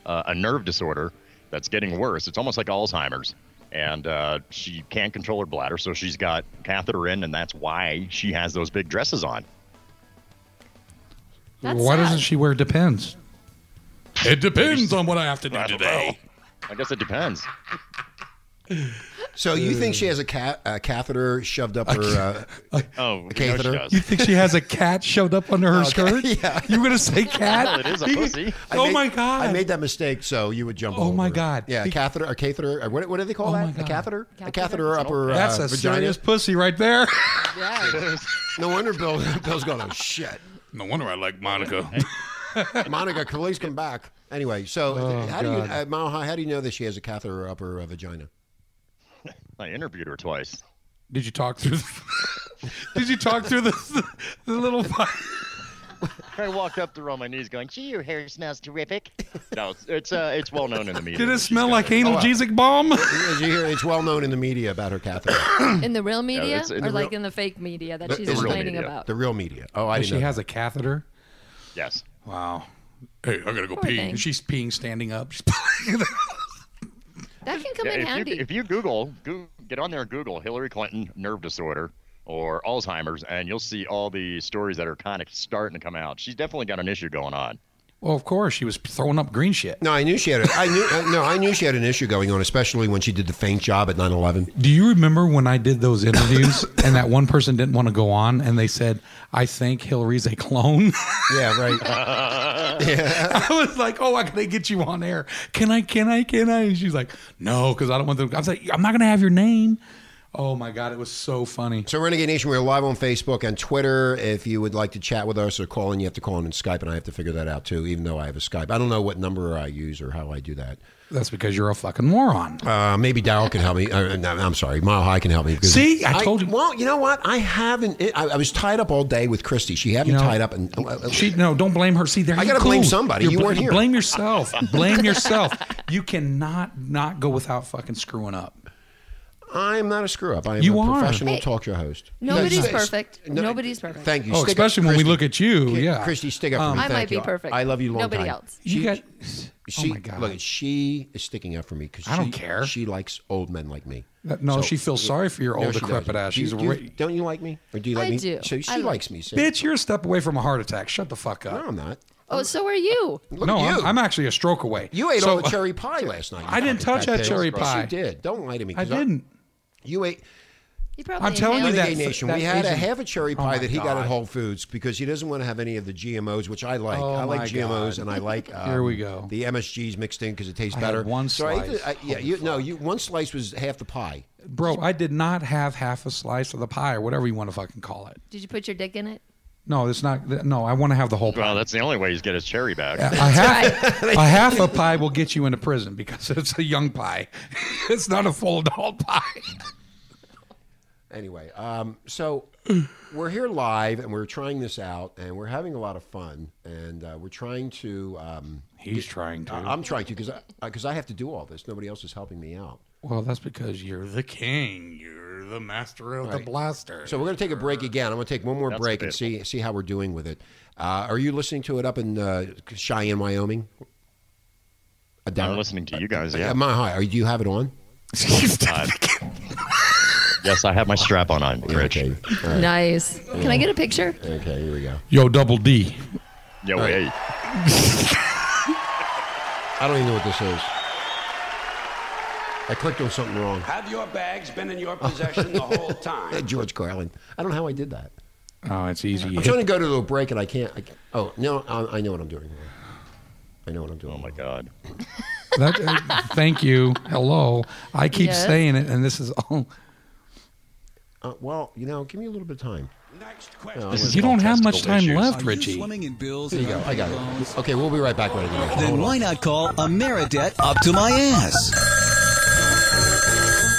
S5: uh, a nerve disorder that's getting worse. It's almost like Alzheimer's. And uh, she can't control her bladder, so she's got catheter in, and that's why she has those big dresses on.
S6: That's
S7: why
S6: sad.
S7: doesn't she wear Depends?
S1: It depends on what I have to do
S5: I don't
S1: today.
S5: know. I guess it depends.
S4: So you
S7: Uh,
S4: think she has a, ca- a catheter shoved up her uh,
S5: Oh, we know she
S4: catheter?
S5: does.
S7: You think she has a cat shoved up under her skirt?
S4: yeah.
S7: You were gonna say cat?
S5: Well, it is a pussy.
S4: I
S7: oh
S4: made-
S7: my god!
S4: I made that mistake, so you would jump.
S7: Oh
S4: all
S7: my
S4: over it.
S7: God.
S4: Yeah, a catheter, a catheter. uh, What, what do they call
S7: Oh my
S4: that? A
S7: God.
S4: catheter? A
S6: Catheter.
S4: catheter up her
S7: That's
S4: uh,
S7: a
S4: vagina.
S7: serious pussy right there.
S6: Yeah.
S4: No wonder Bill Bill's going. Oh shit,
S1: No wonder I like Monica.
S4: Monica, please come back. Anyway, so
S7: Oh,
S4: how do you, uh, Mile High, how do you know that she has a catheter up her uh, vagina?
S5: I interviewed her twice.
S7: Did you talk through? The, did you talk through the, the, little?
S5: I walked up to her on my knees, going, "Gee, your hair smells terrific." No, it's it's, uh, it's well known in the media.
S7: Did
S5: that
S7: it
S5: she's
S7: smell
S5: got
S7: like
S5: a-
S7: analgesic bomb?
S4: As you hear, it's well known in the media about her catheter,
S6: In the real media
S5: it's in
S6: or
S5: the
S6: like
S5: real-
S6: in the fake media that she's
S4: the real
S6: complaining
S5: media.
S6: about?
S4: the real media. Oh, I didn't
S7: she
S4: know.
S7: has a catheter.
S5: Yes.
S7: Wow.
S1: hey, I gotta go
S6: Poor
S1: pee.
S6: thing.
S7: She's peeing standing up.
S6: That can come
S5: Yeah,
S6: in
S5: if,
S6: handy.
S5: you, if you Google, Google, get on there and Google Hillary Clinton nerve disorder or Alzheimer's, and you'll see all the stories that are kind of starting to come out. She's definitely got an issue going on.
S7: well, of course, she was throwing up green shit.
S4: No, I knew she had. A, I knew uh, no, I knew she had an issue going on, especially when she did the faint job at 9/11.
S7: Do you remember when I did those interviews and that one person didn't want to go on and they said, "I think Hillary's a clone."
S4: Yeah, right.
S7: I was like, "Oh, I gotta get you on air. Can I? Can I? Can I?" And she's like, "No, because I don't want them." I was like, "I'm not gonna have your name." Oh my god, it was so funny.
S4: so, Renegade Nation, we're live on Facebook and Twitter. If you would like to chat with us or call in, you have to call in on Skype, and I have to figure that out too. Even though I have a Skype, I don't know what number I use or how I do that.
S7: That's because you're a fucking moron.
S4: Uh, maybe Daryl can help me. Uh, no, I'm sorry, Mile High can help me. because-
S7: See, I told you.
S4: Well, you know what? I haven't. I, I was tied up all day with Christy. She had me
S7: You know,
S4: tied up, and uh,
S7: She no, don't blame her. See, there
S4: I
S7: you
S4: gotta
S7: go.
S4: blame somebody. You weren't here.
S7: Blame yourself. blame yourself. You cannot not go without fucking screwing up.
S4: I'm not a screw up. I am
S7: You
S4: a
S7: are.
S4: professional
S6: Hey,
S4: talk show host.
S6: nobody's
S4: Thanks.
S6: perfect. Nobody's perfect.
S4: Thank you.
S7: Oh,
S4: Stick up-
S7: especially when we
S4: Christy.
S7: look at you.
S4: Ki-
S7: yeah, Um,
S4: Christy, stick up for me.
S6: I
S4: Thank
S6: might be
S4: you.
S6: perfect.
S4: I love you long
S6: Nobody
S4: time.
S6: else.
S7: You got.
S4: She,
S7: oh my god.
S4: Look, she is sticking up for me because
S7: I don't care.
S4: She likes old men like me.
S7: That- no, she feels sorry for your old
S4: she
S7: decrepit
S4: doesn't.
S7: ass.
S4: Do you-
S7: She's a
S4: do you-
S7: ra-
S4: Don't you like me? Or do you like
S6: I
S4: me?
S6: do.
S4: So she
S6: I like-
S4: likes me. So
S7: bitch. You're a step away from a heart attack. Shut the fuck
S4: No,
S7: up.
S4: I'm not.
S6: oh, so are you.
S4: Look
S7: no,
S4: at
S7: I'm,
S4: you.
S7: I'm actually a stroke away.
S4: You ate
S7: So- uh,
S4: all the cherry pie last night. you
S7: I didn't
S4: fucking
S7: touch
S4: fat
S7: that
S4: pig.
S7: cherry
S4: Yes,
S7: pie.
S4: you did. Don't lie to me.
S7: I
S4: 'cause
S7: didn't.
S4: you ate.
S6: You probably
S7: I'm telling you
S6: inhaled
S7: that
S4: Renegade Nation.
S7: that
S4: we had a
S7: Asian-
S4: half a cherry
S7: Oh
S4: pie
S7: my
S4: that he got
S7: God.
S4: at Whole Foods because he doesn't want to have any of the GMOs, which I like.
S7: Oh
S4: I
S7: my
S4: like GMOs
S7: God.
S4: and I like um,
S7: Here we go.
S4: the MSGs mixed in because it tastes
S7: I had
S4: better.
S7: one
S4: so I ate the,
S7: slice.
S4: I, yeah,
S7: Holy
S4: you, no, you one slice was half the pie.
S7: Bro, I did not have half a slice of the pie or whatever you want to fucking call it.
S6: Did you put your dick in it?
S7: No, it's not. th- No, I want to have the whole pie.
S5: Well, that's the only way he's get his cherry back.
S7: a half, a half a pie will get you into prison because it's a young pie. It's not a full adult pie.
S4: Anyway, um, so we're here live and we're trying this out and we're having a lot of fun and uh, we're trying to. Um,
S7: He's trying to.
S4: I'm trying to because because I have to do all this. Nobody else is helping me out.
S7: well, that's because you're the.
S1: king, you're the master of
S4: Right.
S1: blaster.
S4: So we're going to take a break again. I'm going to take one more break and see see how we're doing with it. Uh, are you listening to it up in uh, Cheyenne, Wyoming? Uh, down-
S5: I'm listening to you guys.
S4: Uh,
S5: Yeah.
S4: my high. Are, do you have it on?
S5: Yes, I have my strap on. on Rich.
S4: Okay.
S6: Nice. Can I get a picture?
S4: Okay. Here we go.
S7: Yo, double D.
S5: Yo,
S4: right.
S5: hey.
S4: I don't even know what this is. I clicked on something wrong.
S10: Have your bags been in your possession the whole
S4: Uh,
S10: time?
S4: George Carlin. I don't know how I did that.
S7: Oh, it's easy. You
S4: I'm
S7: hit-
S4: trying to go to the break and I can't. I can't- oh no! I, I know what I'm doing. I know what I'm doing.
S5: Oh my God.
S7: that, uh, thank you. Hello. I keep
S6: Yes.
S7: saying it, and this is all.
S4: Uh, well, you know, give me a little bit of time. Oh,
S10: Next question.
S5: This is
S7: You don't
S5: all
S7: have much
S5: testicle
S7: time
S5: issues.
S7: left, Richie.
S11: in bills
S4: Here you go. I got it. Okay, we'll be right back. Renegade Nation. Hold on.
S11: not call Ameridet up to my ass?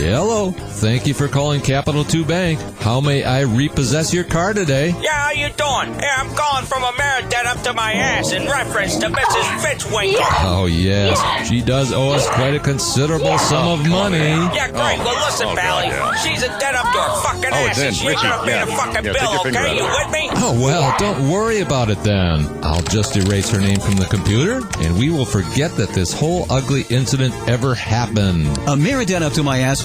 S12: Hello. Thank you for calling Capital Two Bank. How may I repossess your car today?
S13: Yeah, how you doing? Hey, I'm calling from Ameridet up to my ass in reference to Mrs. Fitzwinkle.
S12: Oh yes, she does owe us quite a considerable sum of money.
S13: Yeah, great. well, listen, Valley. She's a dead up to her fucking
S12: Oh,
S13: ass,
S12: then,
S13: and she ain't
S12: Oh, Richie,
S13: gonna pay
S12: yeah.
S13: the fucking
S12: Yeah, take
S13: bill,
S12: your finger
S13: okay?
S12: out of
S13: You
S12: it.
S13: with me?
S12: Oh, well, don't worry about it then. I'll just erase her name from the computer and we will forget that this whole ugly incident ever happened.
S10: Ameriden Up to My Ass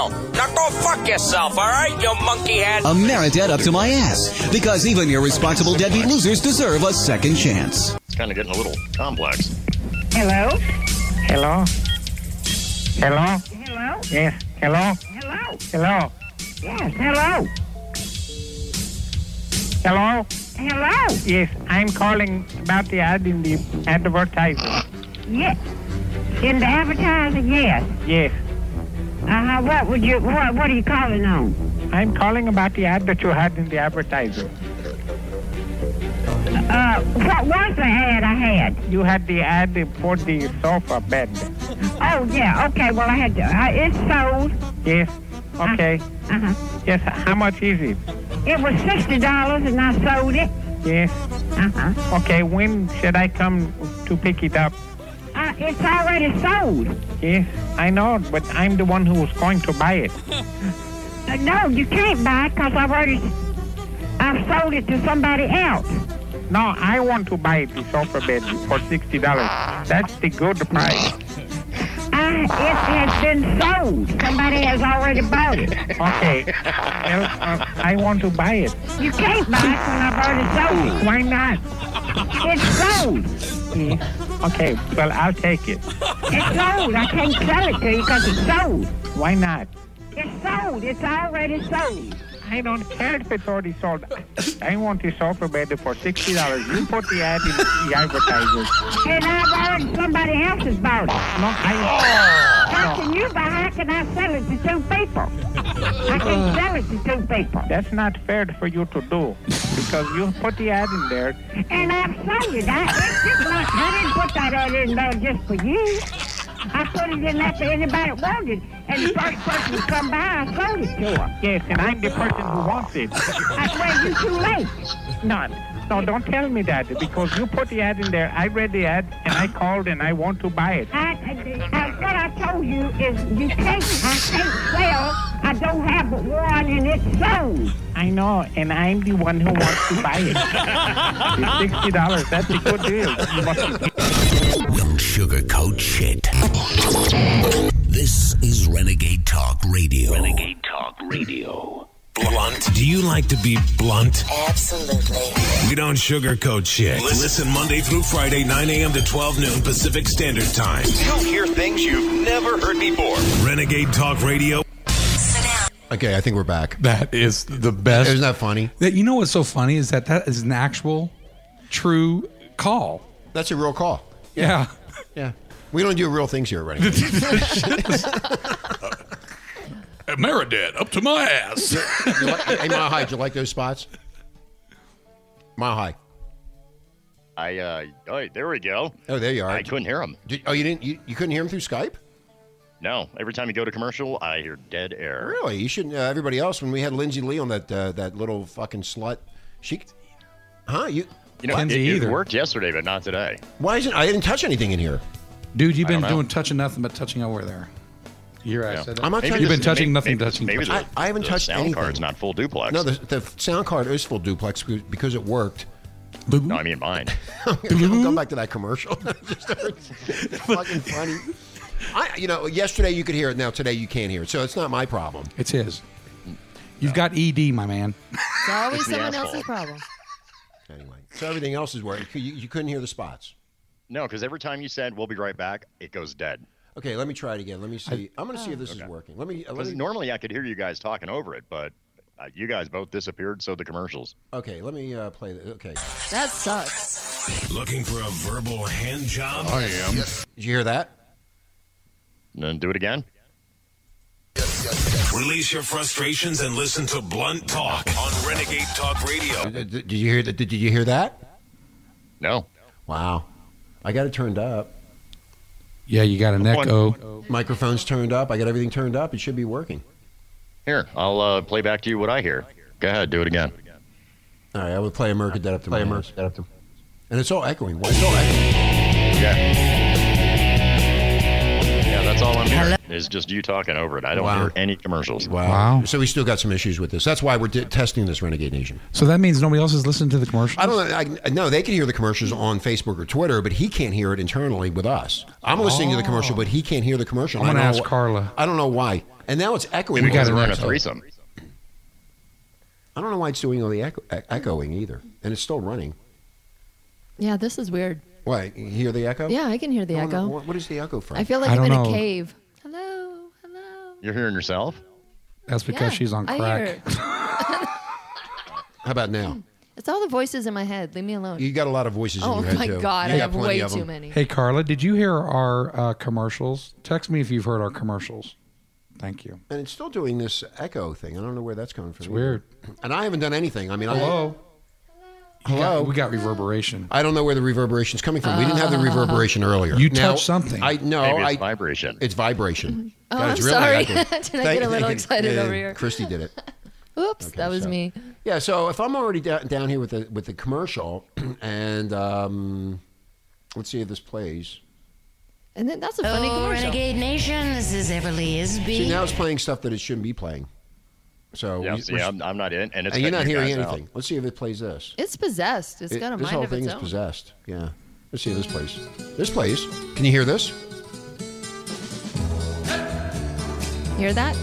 S13: Now go fuck yourself, all right, you monkey head?
S10: Ameridet Up to My Ass because even irresponsible deadbeat losers deserve a second chance.
S5: It's kind of getting a little complex.
S14: Hello?
S15: Hello? Hello?
S14: Hello?
S15: Yes. Hello?
S14: Hello?
S15: Hello?
S14: Yes, hello.
S15: Hello?
S14: Hello?
S15: Yes, I'm calling about the ad in the advertisement.
S14: Yes. In the advertising, yes.
S15: Yes.
S14: Uh-huh. What would you, what, what are you calling on?
S15: I'm calling about the ad that you had in the advertiser.
S14: Uh, what was the ad I had?
S15: You had the ad for the sofa bed.
S14: Oh, yeah, okay, well, I had to, uh, it's sold.
S15: Yes. Okay.
S14: Uh-huh.
S15: Yes. How much is it?
S14: It was $60 and I sold it.
S15: Yes.
S14: Uh-huh.
S15: Okay. When should I come to pick it up?
S14: Uh, it's already sold.
S15: Yes. I know, but I'm the one who was going to buy it.
S14: Uh, no, you can't buy it because I've already, I've sold it to somebody else.
S15: No, I want to buy the sofa bed for sixty dollars. That's the good price.
S14: I, it has been sold. Somebody has already bought it.
S15: Okay. Well, uh, I want to buy it.
S14: You can't buy it when I've already sold it.
S15: Why not?
S14: It's sold.
S15: Okay. Well, I'll take it.
S14: It's sold. I can't sell it to you because it's sold.
S15: Why not?
S14: It's sold. It's already sold.
S15: I don't care if it's already sold. I want the sofa bed for sixty dollars. You put the ad in the advertiser.
S14: And I've already, somebody else has bought it.
S15: No, I.
S14: How can you buy? How can I sell it to two people? I can't sell it to two people.
S15: That's not fair for you to do because you put the ad in there.
S14: And I've sold it. I, it's just like, I didn't put that ad in there just for you. I put it in there for anybody that wanted. And the first person to come by, I sold it to her.
S15: Yes, and I'm the person who wants it.
S14: That's why you too late.
S15: No, no, don't tell me that because you put the ad in there. I read the ad and I called and I want to buy it.
S14: I, I, I- what I told you is you can't, I can't sell. I don't have but one and it's sold.
S15: I know, and I'm the one who wants to buy it. It's sixty dollars. That's a good deal. You must be
S16: Don't sugarcoat shit. This is Renegade Talk Radio. Renegade Talk Radio.
S2: Blunt. Do you like to be blunt?
S16: Absolutely.
S2: We don't sugarcoat shit. Listen Monday through Friday, 9 a.m. to 12 noon Pacific Standard Time.
S17: You'll hear things you've never heard before.
S2: Renegade Talk Radio.
S4: Okay, I think we're back.
S7: That is the best.
S4: Isn't that funny?
S7: That you know what's so funny is that that is an actual, true call.
S4: That's a real call.
S7: Yeah.
S4: Yeah. We don't do real things here, right?
S1: Ameridet, up to my ass.
S4: You like- hey, Mile High, do you like those spots? Mile High.
S5: I uh, oh, there we go.
S4: Oh, there you are.
S5: I couldn't hear him.
S4: Did, oh, you didn't? You, you couldn't hear him through Skype?
S5: No, every time you go to commercial, I hear dead air.
S4: Really? You shouldn't. Uh, everybody else, when we had Lindsay Lee on that uh, that little fucking slut, she, huh? You,
S5: You know, it, it worked yesterday, but not today.
S4: Why isn't I didn't touch anything in here?
S7: Dude, you've
S5: I don't
S7: been
S5: know.
S7: doing touching nothing but touching over there. You're right. I said that.
S4: I'm not trying
S7: You've
S4: to-
S7: been touching
S4: Maybe-
S7: nothing, touching.
S4: maybe- maybe
S7: touching.
S4: the- I- I haven't the touched sound anything. card's
S5: not full duplex.
S4: No, the, the sound card is full duplex be- because it worked.
S5: No, I mean mine.
S4: I'm gonna go back to that commercial. Just heard- fucking funny. I, you know, yesterday you could hear it. Now today you can't hear it. So it's not my problem.
S7: It's his. You've got ED, my man.
S6: It's always
S4: It's the
S6: someone
S4: asshole.
S6: else's problem.
S4: Anyway, so everything else is working. You, you couldn't hear the spots.
S5: No, because every time you said "we'll be right back," it goes dead.
S4: Okay, let me try it again. Let me see. I, oh, am going to see if this is
S5: Okay.
S4: working. Let me. uh, Let
S5: Because
S4: me
S5: normally I could hear you guys talking over it, but uh, you guys both disappeared, so the commercials.
S4: okay, let me uh, play. The, okay.
S6: That sucks.
S2: Looking for a verbal hand job?
S4: I am. Did you hear that?
S5: Then do it again.
S2: Release your frustrations and listen to Blunt Talk on Renegade Talk Radio.
S4: Did, did you hear that? Did you hear that?
S5: No.
S4: Wow. I got it turned up.
S7: Yeah, you got an echo.
S4: Microphone's turned up. I got everything turned up. It should be working.
S5: Here, I'll uh, play back to you what I hear. Go ahead, do it again.
S4: All right, I would play America Dead Up to
S5: Play
S4: My
S5: America
S4: Ears. And it's all echoing. Why it's all echoing?
S5: Yeah, that's all I'm hearing. Is just you talking over it. I don't
S4: Wow.
S5: hear any commercials.
S4: Wow. So we still got some issues with this. That's why we're di- testing this Renegade Nation.
S7: So that means nobody else is listening to the commercial.
S4: I don't know. I, no, they can hear the commercials on Facebook or Twitter, but he can't hear it internally with us. I'm listening to the commercial, but he can't hear the commercial.
S7: I'm
S4: I
S7: gonna
S4: don't know
S7: ask
S4: wh-
S7: Carla.
S4: I don't know why. And now it's echoing.
S5: Maybe
S4: all
S5: because
S4: the
S5: we're in a
S4: echo.
S5: threesome.
S4: I don't know why it's doing all the echo- e- echoing either, and it's still running.
S6: Yeah, this is weird.
S4: Why? You hear the echo?
S6: Yeah, I can hear the
S4: I wonder-
S6: echo.
S4: what- what is the echo from?
S6: I feel like
S4: I
S6: I am in
S4: don't
S6: a
S4: know.
S6: cave.
S5: You're hearing yourself?
S7: That's
S6: Yeah, I hear it.
S4: How about now?
S6: It's all the voices in my head. Leave me alone.
S4: You got a lot of voices
S6: Hmm. Oh
S4: in your head
S6: my
S4: too.
S6: God,
S4: You
S6: I
S4: got
S6: have
S4: plenty
S6: way
S4: of
S6: too
S4: them.
S6: many.
S7: Hey, Carla, did you hear our uh, commercials? Text me if you've heard our commercials. Thank you.
S4: And it's still doing this echo thing. I don't know where that's coming from.
S7: It's weird.
S4: And I haven't done anything. I mean,
S7: Hello?
S4: I, hello.
S7: We got reverberation.
S4: I don't know where the reverberation's coming from. We didn't have the reverberation earlier.
S7: You
S4: Now,
S7: touched something.
S4: I
S5: Oh,
S4: no.
S7: Maybe it's
S4: I,
S5: vibration.
S4: It's vibration.
S6: Oh,
S4: God,
S6: I'm
S4: it's really
S6: sorry.
S4: echoing.
S6: Did I
S4: Thank-
S6: get a little
S4: thank-
S6: excited over here?
S4: Christy did it.
S6: Oops, that was
S4: so-
S6: me.
S4: Yeah. So if I'm already da- down here with the with the commercial, and um, let's see if this plays.
S6: And then that's a funny
S18: oh,
S6: commercial.
S18: Renegade Nation, this is Everly Isby.
S4: See, now it's playing stuff that it shouldn't be playing. So
S5: Yeah,
S4: we-
S5: see,
S4: we're-
S5: I'm, I'm not in. And, it's
S4: and
S5: cutting
S4: you're not
S5: you
S4: hearing
S5: guys out.
S4: anything. Let's see if it plays this.
S6: It's possessed. It's
S4: It-
S6: got a
S4: this
S6: mind
S4: whole
S6: of
S4: thing
S6: its
S4: is
S6: own.
S4: possessed. Yeah. Let's see if this plays. This plays. Can you hear this?
S6: Hear that?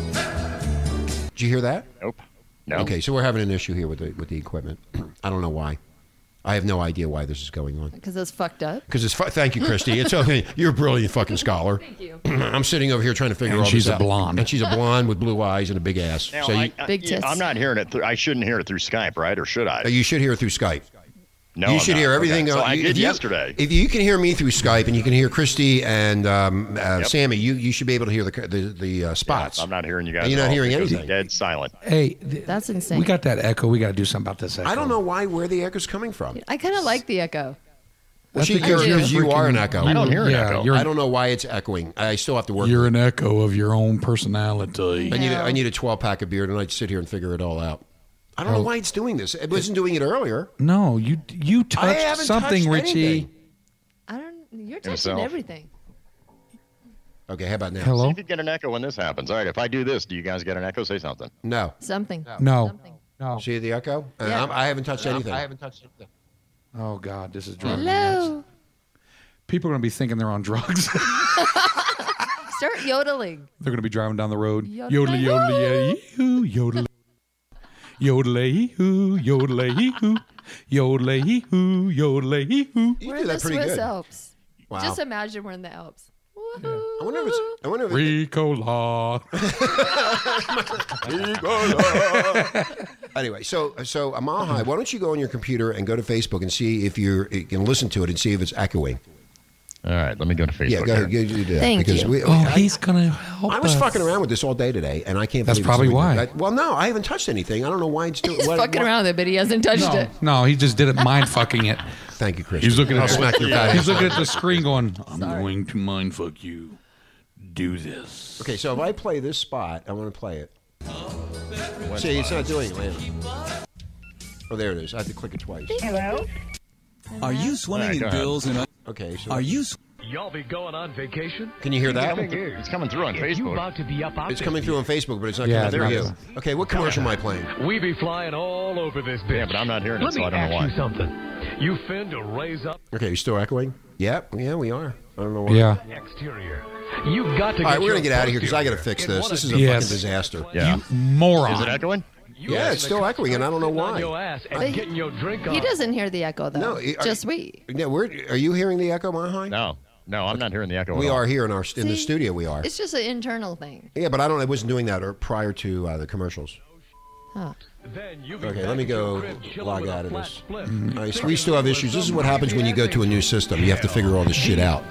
S4: Did you hear that?
S5: Nope. No.
S4: Okay, so we're having an issue here with the with the equipment. I don't know why. I have no idea why this is going on.
S6: Because it's fucked up.
S4: Because it's fu- thank you, Christy. It's okay. You're a brilliant fucking scholar. Thank
S6: you.
S4: I'm sitting over here trying to figure
S7: And
S4: all
S7: she's
S4: this
S7: a
S4: out.
S7: blonde.
S4: and she's a blonde with blue eyes and a big ass.
S5: Now,
S4: so you,
S5: I, I,
S6: Big tits.
S5: am not hearing it. Through, I shouldn't hear it through Skype, right? Or should I?
S4: uh, you should hear it through Skype.
S5: no,
S4: you
S5: I'm
S4: should
S5: not.
S4: hear
S5: Okay.
S4: everything.
S5: So
S4: on-
S5: I
S4: you-
S5: did
S4: if you-
S5: yesterday.
S4: If you can hear me through Skype and you can hear Christy and um, uh, Sammy, you, you should be able to hear the co- the, the uh, spots.
S5: I'm not hearing you
S4: And
S5: guys.
S4: you're
S5: at
S4: not
S5: all.
S4: hearing
S5: It goes
S4: anything.
S5: Dead silent.
S7: Hey,
S6: That's insane.
S7: we got that echo. We got to do something about this echo.
S4: I don't know why where the echo's coming from.
S6: I kind of like the echo.
S4: Well, she,
S6: because
S4: you're,
S6: you're
S4: because you are an
S7: freaking-
S4: echo.
S7: I don't hear an Yeah, echo. you're-
S4: I don't know why it's echoing. I still have to work.
S7: You're an echo of your own personality.
S4: I need a, I need a 12 pack of beer tonight to sit here and figure it all out. I don't know
S7: Oh.
S4: why it's doing this. It wasn't doing it earlier.
S7: No, you you
S4: I
S7: touched
S4: haven't
S7: something,
S4: touched
S7: Richie.
S4: anything.
S6: I don't. You're touching
S5: Himself.
S6: everything.
S4: Okay, how about now?
S5: See if you get an echo when this happens. All right, if I do this, do you guys get an echo? Say something.
S4: No.
S6: Something.
S7: No.
S4: No. See the echo? Uh,
S7: Yeah.
S4: I'm- I haven't touched
S7: I'm-
S4: anything.
S7: I
S4: haven't touched anything.
S7: Oh God, this is driving. me nuts.
S6: Hello.
S7: People are gonna be thinking they're on drugs.
S6: Start yodeling.
S7: they're gonna be driving down the road.
S6: Yodel-
S7: Yodel, yodel, yeah, hoo, yodel, yodel, hoo, yodel, hoo, yodel, hoo, yodel, hoo.
S4: You
S6: we're
S4: do
S6: in the
S4: that pretty
S6: Swiss
S4: good.
S6: Alps.
S4: Wow.
S6: Just imagine we're in the Alps.
S4: I wonder if it's. I wonder if it,
S7: Rico Law.
S4: anyway, so so Amahai, why don't you go on your computer and go to Facebook and see if you're you can listen to it and see if it's echoing.
S5: All right, let me go to Facebook.
S4: Yeah, go ahead.
S5: here.
S4: You, you do that
S6: Thank
S4: because
S6: you.
S4: We,
S7: Oh,
S4: I-
S7: he's gonna help
S4: I was
S7: us.
S4: fucking around with this all day today, and I can't.
S7: That's
S4: believe it's
S7: probably
S4: doing
S7: why.
S4: that. well, no, I haven't touched anything. I don't know why it's doing.
S6: He's
S4: what-
S6: fucking
S4: what-
S6: around with it, but he hasn't touched
S7: No,
S6: it.
S7: no, he just did it, mind fucking it.
S4: Thank you, Chris.
S7: He's looking
S4: I'll
S7: at
S4: smack your fat ass.
S7: He's looking at the screen, going, "I'm going to mind fuck you. Do this."
S4: Okay, so if I play this spot, I want to play it. See, it's not doing it. wait a minute. Oh, there it is. I have to click it twice.
S14: Hello?
S10: Are you
S5: All
S10: swimming
S5: right, go
S10: in
S5: ahead.
S10: bills and
S4: okay? So
S10: are you?
S19: Y'all be going on vacation?
S4: Can you hear that?
S5: It's coming through on
S19: You
S5: Facebook.
S19: about to be up out
S4: It's coming
S19: there.
S4: through on Facebook, but it's not
S7: Yeah,
S4: coming through
S7: it's
S4: you.
S7: not-
S4: Okay, what commercial am I playing?
S19: We be flying all over this bitch.
S5: Yeah, but I'm not hearing it,
S19: Let
S5: so
S19: me
S5: I don't know
S19: ask
S5: why.
S19: you something. You fin to raise up
S4: Okay, you still echoing? Yep. Yeah, we are. I don't know why.
S7: Yeah.
S19: the exterior. You got to.
S4: All right,
S19: get
S4: we're gonna
S19: your
S4: get out of here because I gotta fix
S19: posterior
S4: this.
S19: in one
S4: This is a
S7: Yes.
S4: fucking disaster.
S5: Yeah.
S7: Moron.
S5: Is it echoing?
S19: You
S4: Yeah,
S19: are
S4: it's still echoing, and I don't know
S19: sitting on
S4: why.
S19: your ass and
S6: But he-
S19: getting your drink on.
S6: He doesn't hear the echo though.
S4: No, it-
S6: just we.
S4: Yeah, where are you hearing the echo, Mahai?
S5: No. No, I'm not hearing the echo.
S4: We
S5: at all.
S4: are here in our in the
S6: See?
S4: studio. We are.
S6: It's just an internal thing.
S4: Yeah, but I don't. I wasn't doing that or prior to uh, the commercials.
S6: Huh.
S4: Okay, let me go log out of this.
S7: Mm-hmm.
S4: All right, so we still have issues. This is what happens when you go to a new system. You have to figure all this shit out.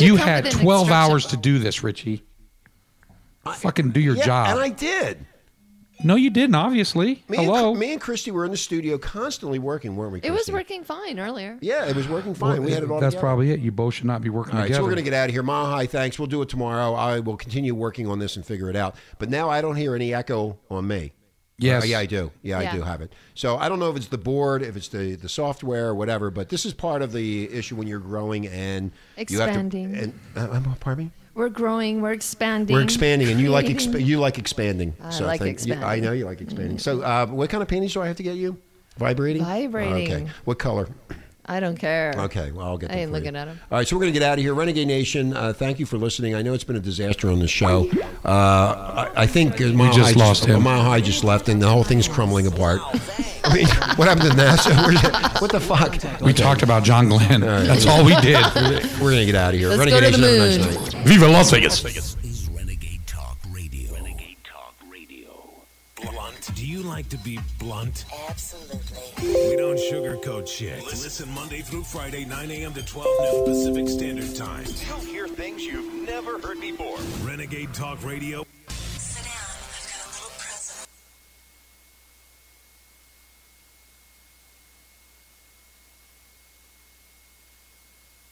S7: You had 12 hours to do this, Richie. Fucking do your
S4: Yeah,
S7: job.
S4: and I did.
S7: no, you didn't, obviously.
S4: Me
S7: Hello.
S4: And, me and Christy were in the studio constantly working, weren't we?
S6: It was
S4: Christy?
S6: working fine earlier.
S4: Yeah, it was working fine. we had it all
S7: That's
S4: together.
S7: probably it. You both should not be working
S4: All right,
S7: together.
S4: so we're going to get out of here. Mile high, thanks. We'll do it tomorrow. I will continue working on this and figure it out. But now I don't hear any echo on me.
S7: Yes.
S4: Uh, yeah, I do. Yeah,
S7: Yeah.
S4: I do have it. So I don't know if it's the board, if it's the, the software, or whatever, but this is part of the issue when you're growing and
S6: Expanding.
S4: You have to, and, uh, pardon me?
S6: We're growing. We're expanding.
S4: We're expanding, and you like exp-
S6: creating.
S4: you like expanding.
S6: I
S4: so
S6: like
S4: thank you- I
S6: expanding.
S4: know you like expanding. So, uh, what kind of panties do I have to get you? Vibrating.
S6: Vibrating.
S4: Okay. What color?
S6: I don't care.
S4: Okay. Well, I'll get.
S6: I
S4: them
S6: ain't
S4: for you.
S6: looking at 'em.
S4: All right. So we're gonna get out of here, Renegade Nation. Uh, thank you for listening. I know it's been a disaster on the show. Uh, I, I think we
S7: just lost him.
S4: Mile High just left, and the whole thing's crumbling apart. I mean, what happened to NASA? Where's it- what the fuck?
S7: We talked about John Glenn. That's all we did.
S4: we're gonna get out of here.
S7: Let's
S4: Renegade
S7: go to
S4: Nation.
S7: the
S4: Have
S7: moon.
S4: a nice night.
S7: Viva Las Vegas.
S2: Blunt. Do you like to be blunt? Absolutely. We don't sugarcoat shit. Listen Monday through Friday, 9 a.m. to 12 noon Pacific Standard Time.
S17: You'll hear things you've never heard before.
S2: Renegade Talk Radio.